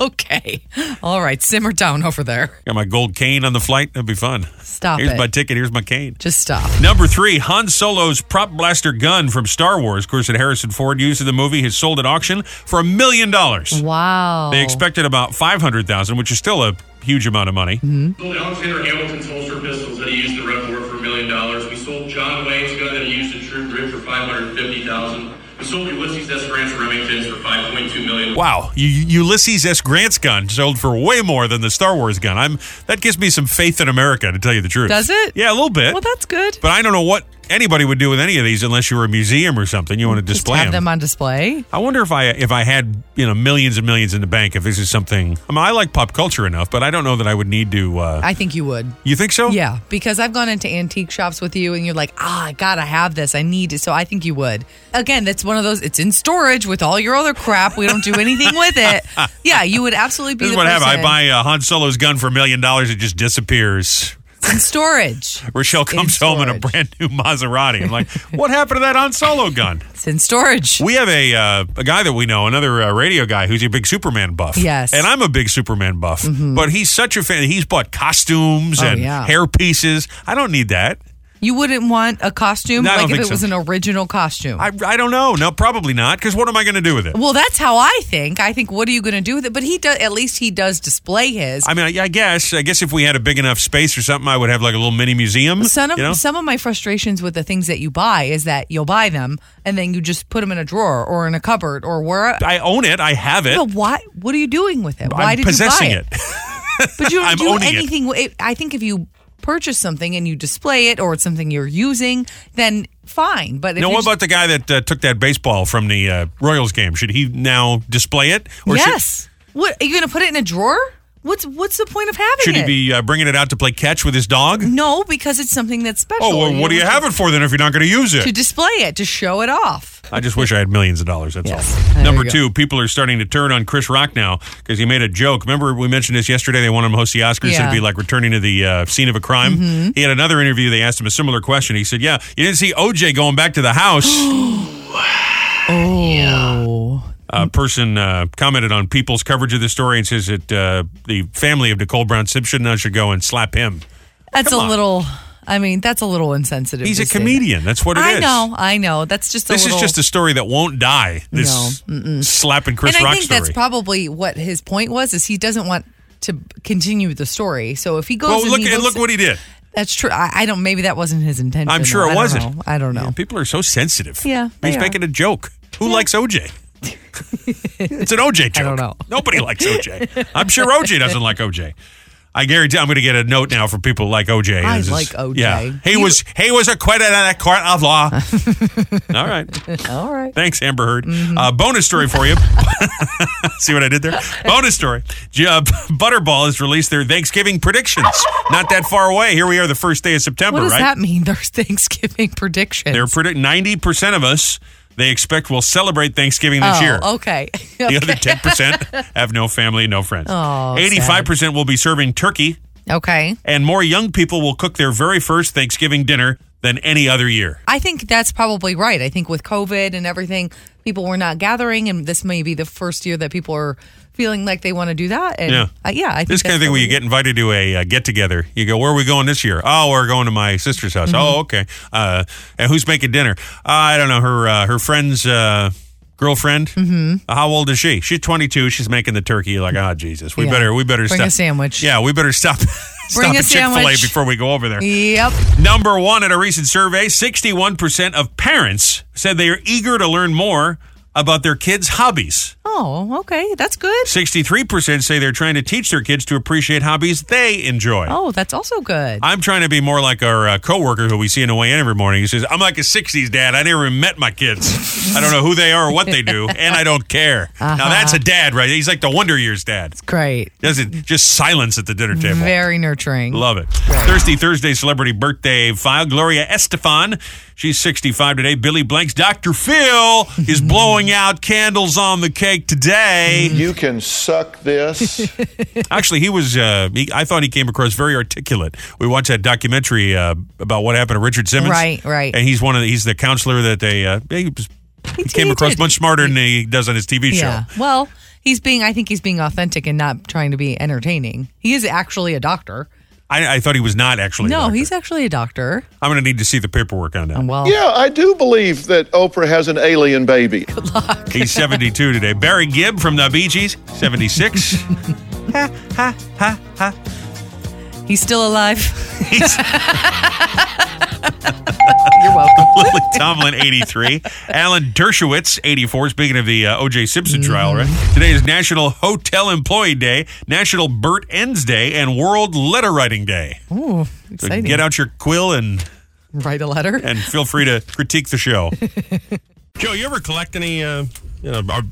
B: okay. All right, simmer down over there.
A: Got my gold cane on the flight. That'd be fun.
B: Stop
A: Here's
B: it.
A: my ticket. Here's my cane.
B: Just stop.
A: Number three, Han Solo's prop blaster gun from Star Wars. Of course, that Harrison Ford used in the movie has sold at auction for a million dollars.
B: Wow.
A: They expected about five hundred thousand, which is still a huge amount of money.
J: Alexander Hamilton's holster pistols that he used in the Rep War for a million dollars. We sold John Wayne's gun that he used in True Grit for five hundred fifty thousand. We sold Ulysses S. Grant's Remingtons for five point two million.
A: Wow, U- Ulysses S. Grant's gun sold for way more than the Star Wars gun. I'm that gives me some faith in America, to tell you the truth.
B: Does it?
A: Yeah, a little bit.
B: Well, that's good.
A: but I don't know what anybody would do with any of these unless you were a museum or something. You want to
B: Just
A: display
B: have them on display.
A: I wonder if I if I had you know millions and millions in the bank if this is something. I mean, I like pop culture enough, but I don't know that I would need to. Uh,
B: I think you would.
A: you think so?
B: Yeah, because I've gone into antique shops with you and you're like, ah, I gotta have this. I need it. So I think you would. Again, that's one of those, it's in storage with all your other crap. We don't do anything with it. Yeah, you would absolutely be
A: This is
B: the
A: what
B: person
A: happened. I buy uh, Han Solo's gun for a million dollars. It just disappears.
B: It's in storage.
A: Rochelle
B: It's in
A: comes home in a
B: storage.
A: brand new Maserati. I'm like, what happened to that Han Solo gun?
B: It's in storage.
A: We have a uh, a guy that we know, another uh, radio guy who's a big Superman buff.
B: Yes. Mm-hmm.
A: and I'm a big Superman buff. But he's such a fan. He's bought costumes
B: Oh,
A: and
B: yeah.
A: hair pieces. I don't need that.
B: You wouldn't want a costume
A: No, I
B: like
A: don't
B: if
A: think
B: it
A: so.
B: was an original costume.
A: I I don't know. No, probably not. Because what am I going to do with it?
B: well, that's how I think. I think, what are you going to do with it? But he does. At least he does display his.
A: I mean, I, I guess I guess if we had a big enough space or something, I would have like a little mini museum.
B: Some of
A: you know?
B: some of my frustrations with the things that you buy is that you'll buy them and then you just put them in a drawer or in a cupboard or where.
A: I own it. I have it.
B: But why? What are you doing with it? Why
A: I'm
B: did
A: possessing
B: you buy
A: it.
B: But you don't
A: I'm
B: do
A: owning it.
B: anything. with It. I think if you purchase something and you display it or it's something you're using, then fine. But if
A: Now,
B: you're
A: what
B: just-
A: about the guy that uh, took that baseball from the uh, Royals game? Should he now display it? should-
B: yes, what are you going to put it in a drawer? What's what's the point of having
A: Should,
B: it?
A: he be uh, bringing it out to play catch with his dog?
B: No, because it's something that's special.
A: Oh, well, what do you
B: know,
A: have it for then if you're not going to use
B: To
A: it?
B: display it, to show it off.
A: I just wish I had millions of dollars. That's
B: Yes.
A: all.
B: There
A: Number
B: you go.
A: two, people are starting to turn on Chris Rock now because he made a joke. Remember, we mentioned this yesterday. They wanted him to host the Oscars.
B: Yeah. Mm-hmm.
A: It'd be like returning to the uh, scene of a crime. He had another interview. They asked him a similar question. He said, Yeah, you didn't see OJ going back to the house.
B: Oh.
A: a person uh, commented on people's coverage of the story and says that uh, the family of Nicole Brown Simpson now should go and slap him.
B: That's
A: Come
B: a
A: on.
B: little. I mean, that's a little insensitive.
A: He's
B: to
A: a
B: say that.
A: comedian. That's what it is.
B: I know. I know. That's just a
A: This
B: little,
A: is just a story that won't die. This slapping Chris
B: and I
A: Rock
B: think
A: story.
B: that's probably what his point was. Is he doesn't want to continue the story. So if he goes,
A: well,
B: and
A: look
B: he
A: and
B: goes-
A: look what he did.
B: That's true. I, I don't. Maybe that wasn't his intention.
A: I'm sure
B: though.
A: it
B: I don't
A: wasn't.
B: know. I don't know.
A: Yeah, people are so sensitive.
B: Yeah, they
A: he's
B: are.
A: making a joke. Who likes OJ? It's an OJ joke. I don't know. Nobody likes OJ. I'm sure OJ doesn't like OJ. I guarantee I'm going to get a note now from people who like OJ.
B: I
A: This is-
B: like OJ.
A: Yeah, he, was he was acquitted in a court of law. All right.
B: All right.
A: Thanks, Amber Heard.
B: Mm-hmm.
A: Uh, bonus story for you. See what I did there? Bonus story. J- uh, Butterball has released their Thanksgiving predictions. Not that far away. Here we are, the first day of September,
B: What does
A: right?
B: that mean? There's Thanksgiving predictions.
A: They're predict 90% of us they expect will celebrate Thanksgiving this
B: oh,
A: year.
B: Okay.
A: The other 10% have no family, no friends.
B: Oh,
A: 85% will be serving turkey,
B: okay.
A: and more young people will cook their very first Thanksgiving dinner than any other year.
B: I think that's probably right. I think with COVID and everything, people were not gathering, and this may be the first year that people are feeling like they want to do that. And
A: Yeah.
B: uh, yeah. I think
A: This kind of
B: that's
A: thing where
B: probably-
A: you get invited to a uh, get together. You go, where are we going this year? Oh, we're going to my sister's house.
B: Mm-hmm.
A: Oh, okay. Uh, and who's making dinner? Uh, I don't know. Her uh, her friend's uh, girlfriend. Mm-hmm. How old is she? She's 22. She's making the turkey. You're like, oh, Jesus, we
B: Yeah.
A: better we better
B: Bring
A: stop.
B: a sandwich.
A: Yeah, we better stop. stop
B: Bring a
A: at Chick Fil A
B: sandwich.
A: before we go over there.
B: Yep.
A: Number one in a recent survey, 61% of parents said they are eager to learn more about their kids' hobbies.
B: Oh, okay. That's good.
A: 63% say they're trying to teach their kids to appreciate hobbies they enjoy.
B: Oh, that's also good.
A: I'm trying to be more like our uh, coworker who we see in the way in every morning. He says, "I'm like a '60s dad. I never even met my kids. I don't know who they are or what they do, and I don't care."
B: Uh-huh.
A: Now that's a dad, right? He's like the Wonder Years dad.
B: Great.
A: Doesn't just silence at the dinner table.
B: Very nurturing.
A: Love it. Thirsty Thursday celebrity birthday file. Gloria Estefan. She's 65 today. Billy Blanks. Dr. Phil is blowing out candles on the cake
B: Mm-hmm.
A: today.
K: You can suck this.
A: Actually, he was. Uh, he, I thought he came across very articulate. We watched that documentary uh, about what happened to Richard Simmons.
B: Right, right.
A: And he's one of the, he's the counselor that they. Uh, he, was, he came
B: he
A: across
B: did.
A: much smarter than he does on his TV show.
B: Yeah. Well, he's being. I think he's being authentic and not trying to be entertaining. He is actually a doctor.
A: I, I thought he was not actually. a
B: no,
A: doctor.
B: he's actually a doctor.
A: I'm going to need to see the paperwork on that.
B: Well,
K: Yeah, I do believe that Oprah has an alien baby.
A: He's 72 today. Barry Gibb from the Bee Gees, 76.
B: he's still alive. You're welcome.
A: Lily Tomlin, 83. Alan Dershowitz, 84. Speaking of the uh, O.J. Simpson trial, right? Today is National Hotel Employee Day, National Bert Ends Day, and World Letter Writing Day.
B: Ooh,
A: So
B: exciting.
A: get out your quill and,
B: Write a letter.
A: and feel free to critique the show. Joe, you ever collect any uh, you know, uh,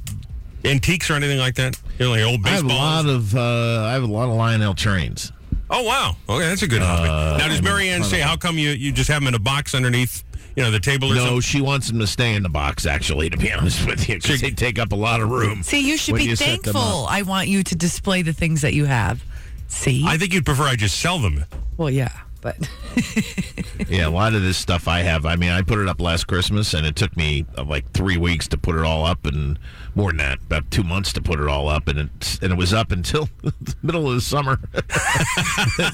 A: antiques or anything like that? You know, like old
D: I have a
A: baseballs?
D: lot of uh, I have a lot of Lionel trains.
A: Oh, wow. Okay, that's a good
D: Uh,
A: hobby. Now, does Marianne say, how come you, you just have them in a box underneath you know, the table or
D: No,
A: something?
D: she wants them to stay in the box. Actually, to be honest with you, because they take up a lot of room.
B: See, you should
D: when
B: be
D: you set them
B: thankful.
D: up.
B: I want you to display the things that you have. See?
A: I think you'd prefer I just sell them.
B: well, yeah, but
D: Yeah, a lot of this stuff I have. I mean, I put it up last Christmas, and it took me uh, like three weeks to put it all up, and more than that, about two months to put it all up, and it and it was up until the middle of the summer.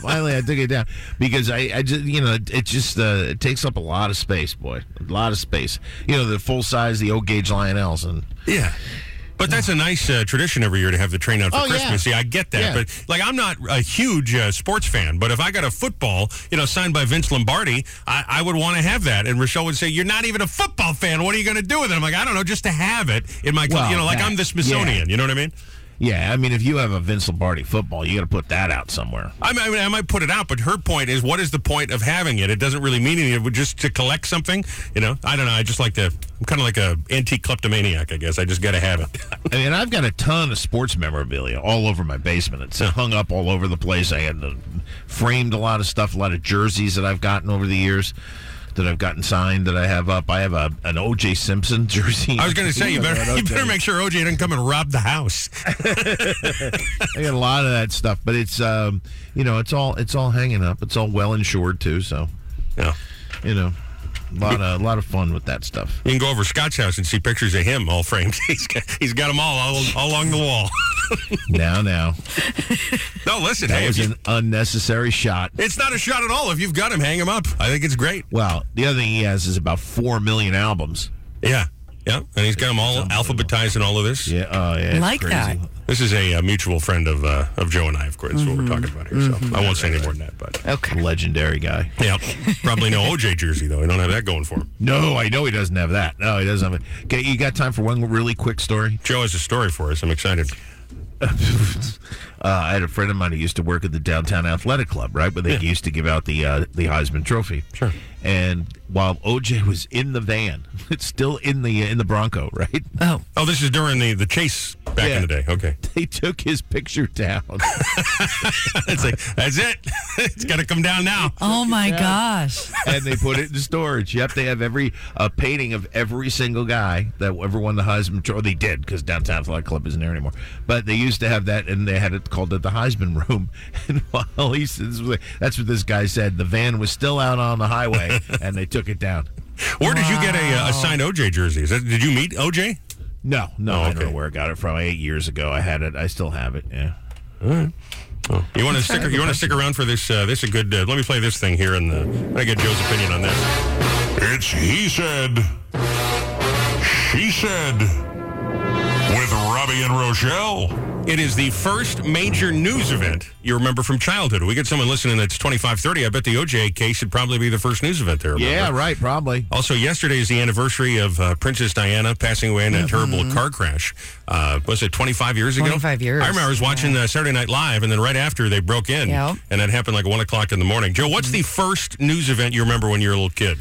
D: Finally, I took it down because I, I just you know it, it just uh, it takes up a lot of space, boy, a lot of space. You know, the full size, the old gauge Lionels, and
A: Yeah. But that's a nice uh, tradition every year to have the train out for
D: Oh, yeah.
A: Christmas. Yeah. I get that.
D: Yeah.
A: But, like, I'm not a huge uh, sports fan, but if I got a football, you know, signed by Vince Lombardi, I, I would want to have that. And Rochelle would say, You're not even a football fan. What are you going to do with it? I'm like, I don't know, just to have it in my,
D: Well,
A: you know, like
D: that-
A: I'm the Smithsonian. You know what I mean?
D: yeah, I mean, if you have a Vince Lombardi football, you got to put that out somewhere.
A: I mean, I mean, I might put it out, but her point is, what is the point of having it? It doesn't really mean anything. It would just to collect something, you know? I don't know. I just like to, I'm kind of like a antique kleptomaniac, I guess. I just got to have it.
D: I mean, I've got a ton of sports memorabilia all over my basement. It's hung up all over the place. I had uh, framed a lot of stuff, a lot of jerseys that I've gotten over the years that I've gotten signed that I have up. I have a an O.J. Simpson jersey.
A: I was going to say you
D: Yeah,
A: better
D: that
A: you
D: O.J.
A: better make sure OJ didn't come and rob the house.
D: I got a lot of that stuff, but it's um, you know, it's all it's all hanging up. It's all well insured too. So
A: Yeah.
D: you know, a lot of a lot of fun with that stuff.
A: You can go over to Scott's house and see pictures of him all framed. He's got, he's got them all, all all along the wall.
D: Now, now,
A: No, listen,
D: that
A: hey, if
D: was
A: you-
D: an unnecessary shot.
A: it's not a shot at all. If you've got him, hang him up. I think it's great.
D: Well, the other thing he has is about four million albums.
A: Yeah. Yeah, and he's got them all alphabetized and all of this.
D: Yeah, oh yeah, it's Like crazy. that.
A: This is a, uh mutual friend of uh, of Joe and I, of course. That's what we're talking about here.
D: Mhm.
A: So I won't say any more than that. But
D: okay, legendary guy.
A: Yeah, probably no OJ jersey though. He don't have that going for him.
D: No, I know he doesn't have that. No, he doesn't have it. Okay, you got time for one really quick story?
A: Joe has a story for us. I'm excited.
D: uh, I had a friend of mine who used to work at the downtown athletic club, right? Where they used to give out the uh, the Heisman Trophy. Sure. And while OJ was in the van, it's still in the uh, in the Bronco, right?
B: Oh,
A: oh, this is during the the chase back in the day. Okay,
D: they took his picture down.
A: it's like that's it. it's got to come down now.
B: Oh my gosh.
D: and they put it in storage. Yep, they have every a painting of every single guy that ever won the Heisman Trophy. They did because Downtown Athletic Club isn't there anymore. But they used to have that, and they had it called it the Heisman Room. And while he this was like- that's what this guy said. The van was still out on the highway, and they took it down.
A: Where did you get a, uh, a signed OJ jersey? Is that, did you meet OJ?
D: No, no, I don't know where I got it from. Eight years ago, I had it. I still have it. Yeah.
A: All right. You want to
D: That's
A: stick?
D: kind of
A: You want
D: impressive.
A: to stick around for this? Uh, this is a good. Uh, let me play this thing here, and uh, I get Joe's opinion on this. It's he said, she said, with Robbie and Rochelle. It is the first major news event you remember from childhood. We get someone listening that's twenty five thirty. I bet the OJ case would probably be the first news event there. remember?
D: Yeah, right. Probably.
A: Also, yesterday is the anniversary of uh, Princess Diana passing away in a terrible car crash. Uh, was it 25 years ago?
B: 25 years,
A: I remember I was watching uh, Saturday Night Live, and then right after they broke in,
B: Yeah.
A: and that happened like one o'clock in the morning. Joe, what's the first news event you remember when you were a little kid?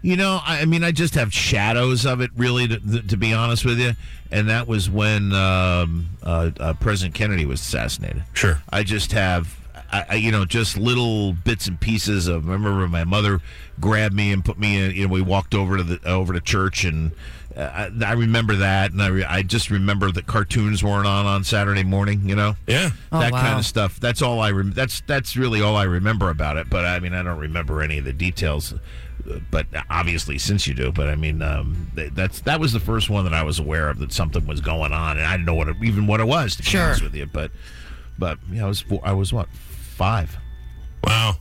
D: You know, I, I mean, I just have shadows of it, really, to, th- to be honest with you. And that was when um, uh, uh, President Kennedy was assassinated.
A: Sure.
D: I just have, I, I, you know, just little bits and pieces of. I remember my mother grabbed me and put me in. You know, we walked over to the over to church, and uh, I, I remember that. And I, re, I just remember that cartoons weren't on on Saturday morning. You know.
A: Yeah.
B: Oh,
D: that kind
B: wow.
D: of stuff. That's all I rem- that's that's really all I remember about it. But I mean, I don't remember any of the details. uh, But obviously, since you do, but I mean, um, th- that's that was the first one that I was aware of that something was going on, and I didn't know what it, even what it was to be
B: Sure.
D: honest with you. But but yeah, I was four, I was what five.
A: Wow.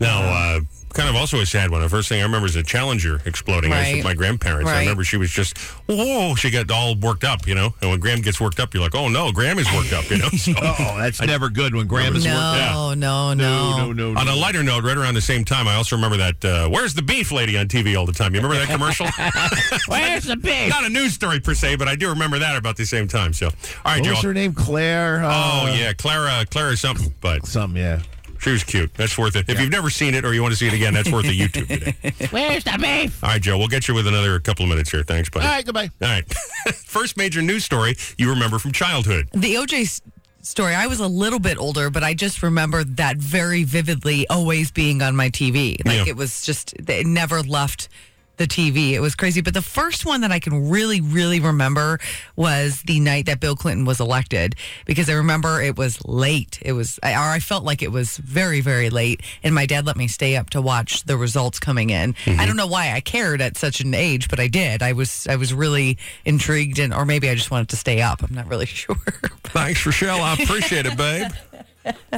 A: Now, uh, kind of also a sad one. The first thing I remember is a Challenger exploding. I was with
B: Right.
A: my grandparents. I
B: Right.
A: remember she was just, whoa, she got all worked up, you know? And when Graham gets worked up, you're like, oh no, Graham is worked up, you know? So-
D: Oh, that's never good when
B: No,
D: grandma's
B: no, no,
D: no, no,
A: On a lighter note, right around the same time, I also remember that uh, "Where's the Beef" lady on TV all the time. You remember that commercial?
D: Where's the beef?
A: Not a news story per se, but I do remember that about the same time. So, all right,
D: What
A: Joe.
D: was her name? Claire.
A: Oh
D: uh,
A: yeah, Clara, Clara something, but
D: something. Yeah,
A: she was cute. That's worth it. If you've never seen it or you want to see it again, that's worth a YouTube today.
D: Where's the beef?
A: All right, Joe, we'll get you with another couple of minutes here. Thanks, buddy.
D: All right, goodbye.
A: All right. First major news story you remember from childhood.
B: The OJ s- story, I was a little bit older, but I just remember that very vividly always being on my TV. Like
A: Yeah.
B: it was just, it never left the TV. It was crazy. But the first one that I can really, really remember was the night that Bill Clinton was elected because I remember it was late. It was, I- or I felt like it was very, very late. And my dad let me stay up to watch the results coming in.
A: Mm-hmm.
B: I don't know why I cared at such an age, but I did. I was, I was really intrigued and, or maybe I just wanted to stay up. I'm not really sure.
A: Thanks, Rochelle. I appreciate it, babe.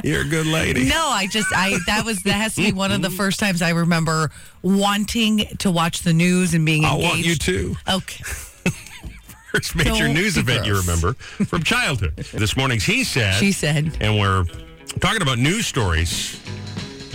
A: You're a good lady.
B: No, I just I that was that has to be one of the first times I remember wanting to watch the news and being
A: I
B: engaged. Oh,
A: want you too.
B: Okay.
A: first major
B: Don't
A: news
B: be
A: event you
B: gross.
A: remember from childhood. this morning's He Said.
B: She said.
A: And we're talking about news stories.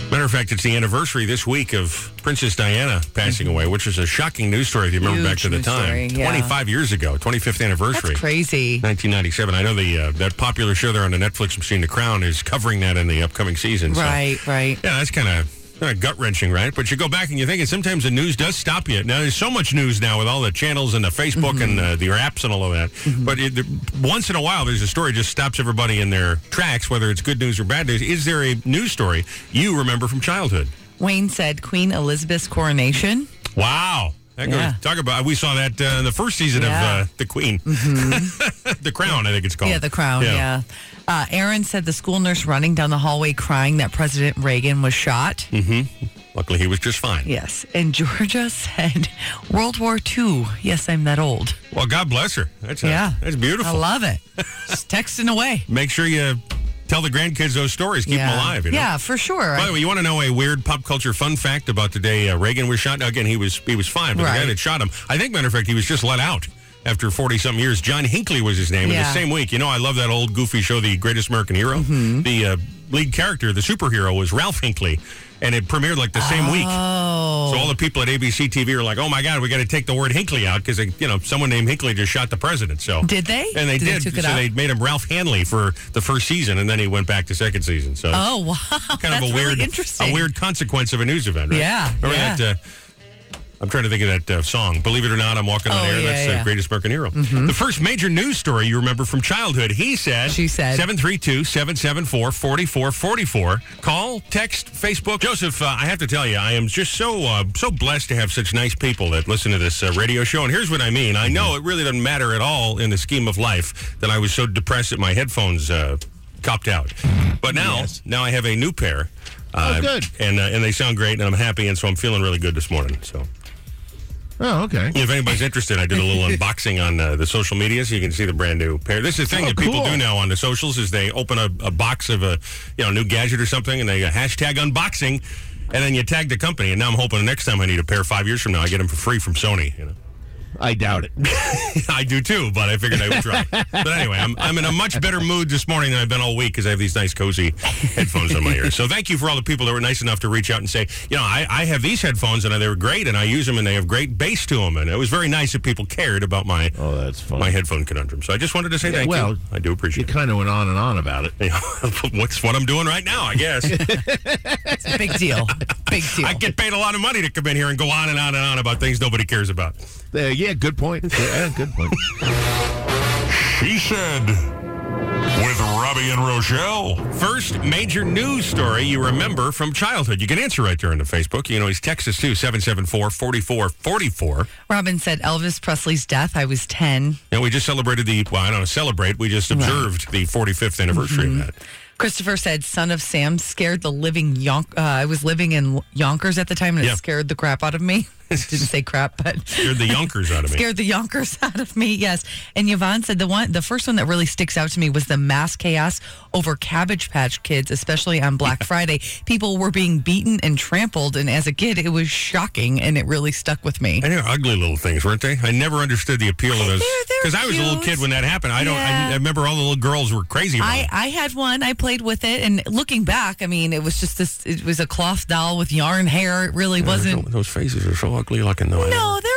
A: Matter of fact, it's the anniversary this week of Princess Diana passing away, which is a shocking news story if you remember
B: Mm-hmm. Huge
A: back to the
B: news
A: time.
B: story, yeah.
A: 25 years ago, 25th anniversary.
B: That's crazy.
A: 1997. I know the uh, that popular show there on the Netflix machine, The Crown, is covering that in the upcoming season. so-
B: Right, right.
A: yeah, that's kind of kind of gut wrenching, right? But you go back and you think, and sometimes the news does stop you. Now there's so much news now with all the channels and the Facebook and
B: Mm-hmm.
A: uh, your apps and all of that. But it, the, once in a while, there's a story just stops everybody in their tracks, whether it's good news or bad news. Is there a news story you remember from childhood?
B: Wayne said Queen Elizabeth's coronation.
A: Wow. That goes,
B: Yeah.
A: Talk about we saw that uh, in the first season
B: Yeah. Mm-hmm.
A: of uh, the Queen, the Crown, I think it's called.
B: Yeah, the crown. Yeah. Uh, Aaron said the school nurse running down the hallway crying that President Reagan was shot.
A: Hmm. Luckily, he was just fine.
B: Yes. And Georgia said World War II. Yes, I'm that old.
A: Well, God bless her. That's uh,
B: yeah.
A: That's beautiful.
B: I love it. Just texting away.
A: Make sure you tell the grandkids those stories. Keep
B: yeah.
A: them alive. You know?
B: Yeah, for sure.
A: By the way, you want to know a weird pop culture fun fact about the day uh, Reagan was shot? Now, again, he was he was fine, but the guy
B: Right.
A: that shot him, I think, matter of fact, he was just let out. after 40 some years. John Hinckley was his name. In the
L: Yeah.
A: same week, you know, I love that old goofy show, The Greatest American Hero.
B: Mm-hmm.
A: The uh, lead character, the superhero, was Ralph Hinckley, and it premiered like the same week.
B: Oh.
A: So all the people at ABC TV are like, "Oh my God, we got to take the word Hinckley out because you know someone named Hinckley just shot the president." So
B: Did they?
A: And they
B: Did they
A: did.
B: took it
A: so
B: out?
A: they made him Ralph Hanley for the first season, and then he went back to second season. So
B: Oh wow,
A: kind of
B: That's
A: a weird,
B: really interesting.
A: a weird consequence of a news event. Right?
B: Yeah,
A: Remember
B: yeah.
A: that? Uh, I'm trying to think of that uh, song. Believe it or not, I'm walking on
B: Oh,
A: air.
B: yeah,
A: That's
B: yeah.
A: the greatest American hero.
B: Mhm.
A: The first major news story you remember from childhood. He said. She said. 732-774-4444. Call, text, Facebook. Joseph, uh, I have to tell you, I am just so uh, so blessed to have such nice people that listen to this uh, radio show. And here's what I mean. I know it really doesn't matter at all in the scheme of life that I was so depressed that my headphones uh, copped out. But now, now I have a new pair. Uh, good. And uh, and they sound great, and I'm happy, and so I'm feeling really good this morning. So.
D: Oh, okay.
A: If anybody's interested, I did a little unboxing on uh, the social media, so you can see the brand new pair. This is the thing that people do now on the socials is they open a, a box of a you know new gadget or something, and they uh, hashtag unboxing, and then you tag the company. And now I'm hoping the next time I need a pair five years from now, I get them for free from Sony. You know.
D: I doubt it.
A: I do too, but I figured I would try. but anyway, I'm, I'm in a much better mood this morning than I've been all week because I have these nice, cozy headphones on my ears. So thank you for all the people that were nice enough to reach out and say, you know, I, I have these headphones and they were great and I use them and they have great bass to them. And it was very nice that people cared about my
D: oh, that's fun.
A: my headphone conundrum. So I just wanted to say
D: Yeah,
A: thank
D: well,
A: you. I do appreciate
D: You kind of went on and on about it.
A: What's what I'm doing right now, I guess.
B: It's a big deal. Big deal.
A: I get paid a lot of money to come in here and go on and on and on about things nobody cares about.
D: Uh, yeah, good point. Yeah, good point.
A: She said with Robbie and Rochelle. First major news story you remember from childhood. You can answer right there on the Facebook. You can always text us too, 774-4444.
B: Robin said Elvis Presley's death. I was ten.
A: And we just celebrated the, well, I don't know, celebrate. We just observed the 45th anniversary
B: Mm-hmm.
A: of that.
B: Christopher said, "Son of Sam scared the living yonk. Uh, I was living in Yonkers at the time, and
A: Yeah.
B: it scared the crap out of me. Didn't say crap, but
A: Scared the Yonkers out of me.
B: scared the yonkers out of me. Yes, and Yvonne said the one, the first one that really sticks out to me was the mass chaos over Cabbage Patch Kids, especially on Black Friday. People were being beaten and trampled, and as a kid, it was shocking, and it really stuck with me.
A: And they're ugly little things, weren't they? I never understood the appeal of those. Because I was a little kid when that happened. I don't. I, I remember all the little girls were crazy. about
B: I, I had one. I played with it, and looking back, I mean, it was just this. It was a cloth doll with yarn hair. It really
A: it.
B: wasn't.
A: Those faces are so ugly looking, though.
B: No, they're.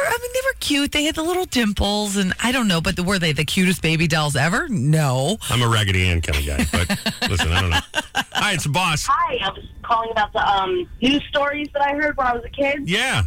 B: I mean, they were cute. They had the little dimples, and I don't know, but were they the cutest baby dolls ever? No.
A: I'm a Raggedy Ann kind of guy, but listen, I don't know. Hi, it's Boss.
M: Hi, I was calling about the um, news stories that I heard when I was a kid.
A: Yeah.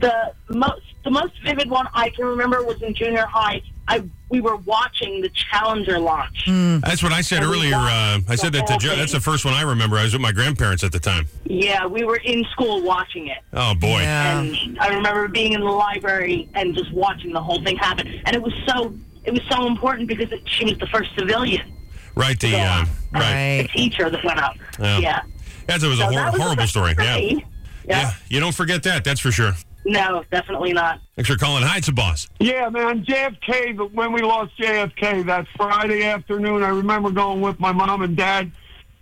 M: The most the most vivid one I can remember was in junior high. I we were watching the Challenger launch.
A: That's what I said earlier. Uh, I said that to Joe. That's the first one I remember. I was with my grandparents at the time.
M: Yeah, we were in school watching it.
A: Oh boy!
M: And I remember being in the library and just watching the whole thing happen. And it was so it was so important because it, she was the first civilian,
A: Right the uh,
M: the
A: right.
M: teacher that went up.
A: Yeah.
M: Yeah.
A: That's it was a
M: So
A: hor-
M: that was the
A: horrible
M: first
A: story. Yeah.
M: grade.
A: Yeah. You don't forget that. That's for sure.
M: No, definitely not.
A: Thanks for calling. Hi, it's a boss.
N: Yeah, man, JFK. But when we lost JFK that Friday afternoon, I remember going with my mom and dad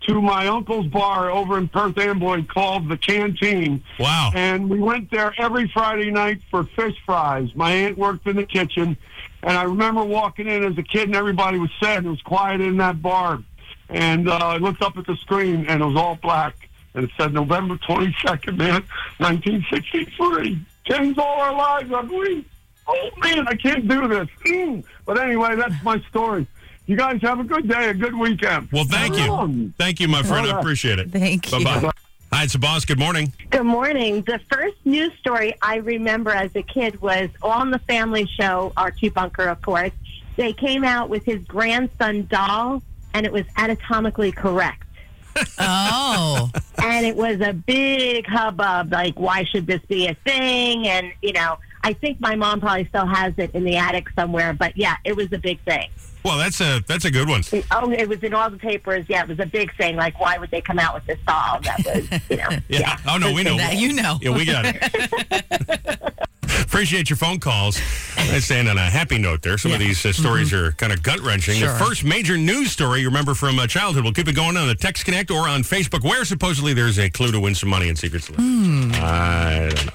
N: to my uncle's bar over in Perth Amboy called the Canteen.
A: Wow!
N: And we went there every Friday night for fish fries. My aunt worked in the kitchen, and I remember walking in as a kid, and everybody was sad. and It was quiet in that bar, and uh, I looked up at the screen, and it was all black, and it said November twenty second, man, nineteen sixty three. Changed all our lives, I believe. Oh man, I can't do this. Mm. But anyway, that's my story. You guys have a good day, a good weekend.
A: Well, thank you, thank you, my friend. I appreciate it.
B: Thank
A: bye Bye. Hi, it's a boss. Good morning.
O: Good morning. The first news story I remember as a kid was on the Family Show, Archie Bunker, of course. They came out with his grandson doll, and it was anatomically correct.
B: Oh.
O: and it was a big hubbub, like, why should this be a thing? And, you know, I think my mom probably still has it in the attic somewhere, but yeah, it was a big thing.
A: Well, that's a that's a good one.
O: Oh, it was in all the papers. Yeah, it was a big thing. Like, why would they come out with this doll? That was, you know.
A: Yeah. Oh no, we know.
O: That you know.
A: Yeah, we got it. Appreciate your phone calls. Let's end on a happy note there. Some of these uh, stories are kind of gut wrenching.
P: Sure.
A: The first major news story you remember from uh, childhood. We'll keep it going on the Text Connect or on Facebook, where supposedly there's a clue to win some money in Secret Celebrity. I don't know.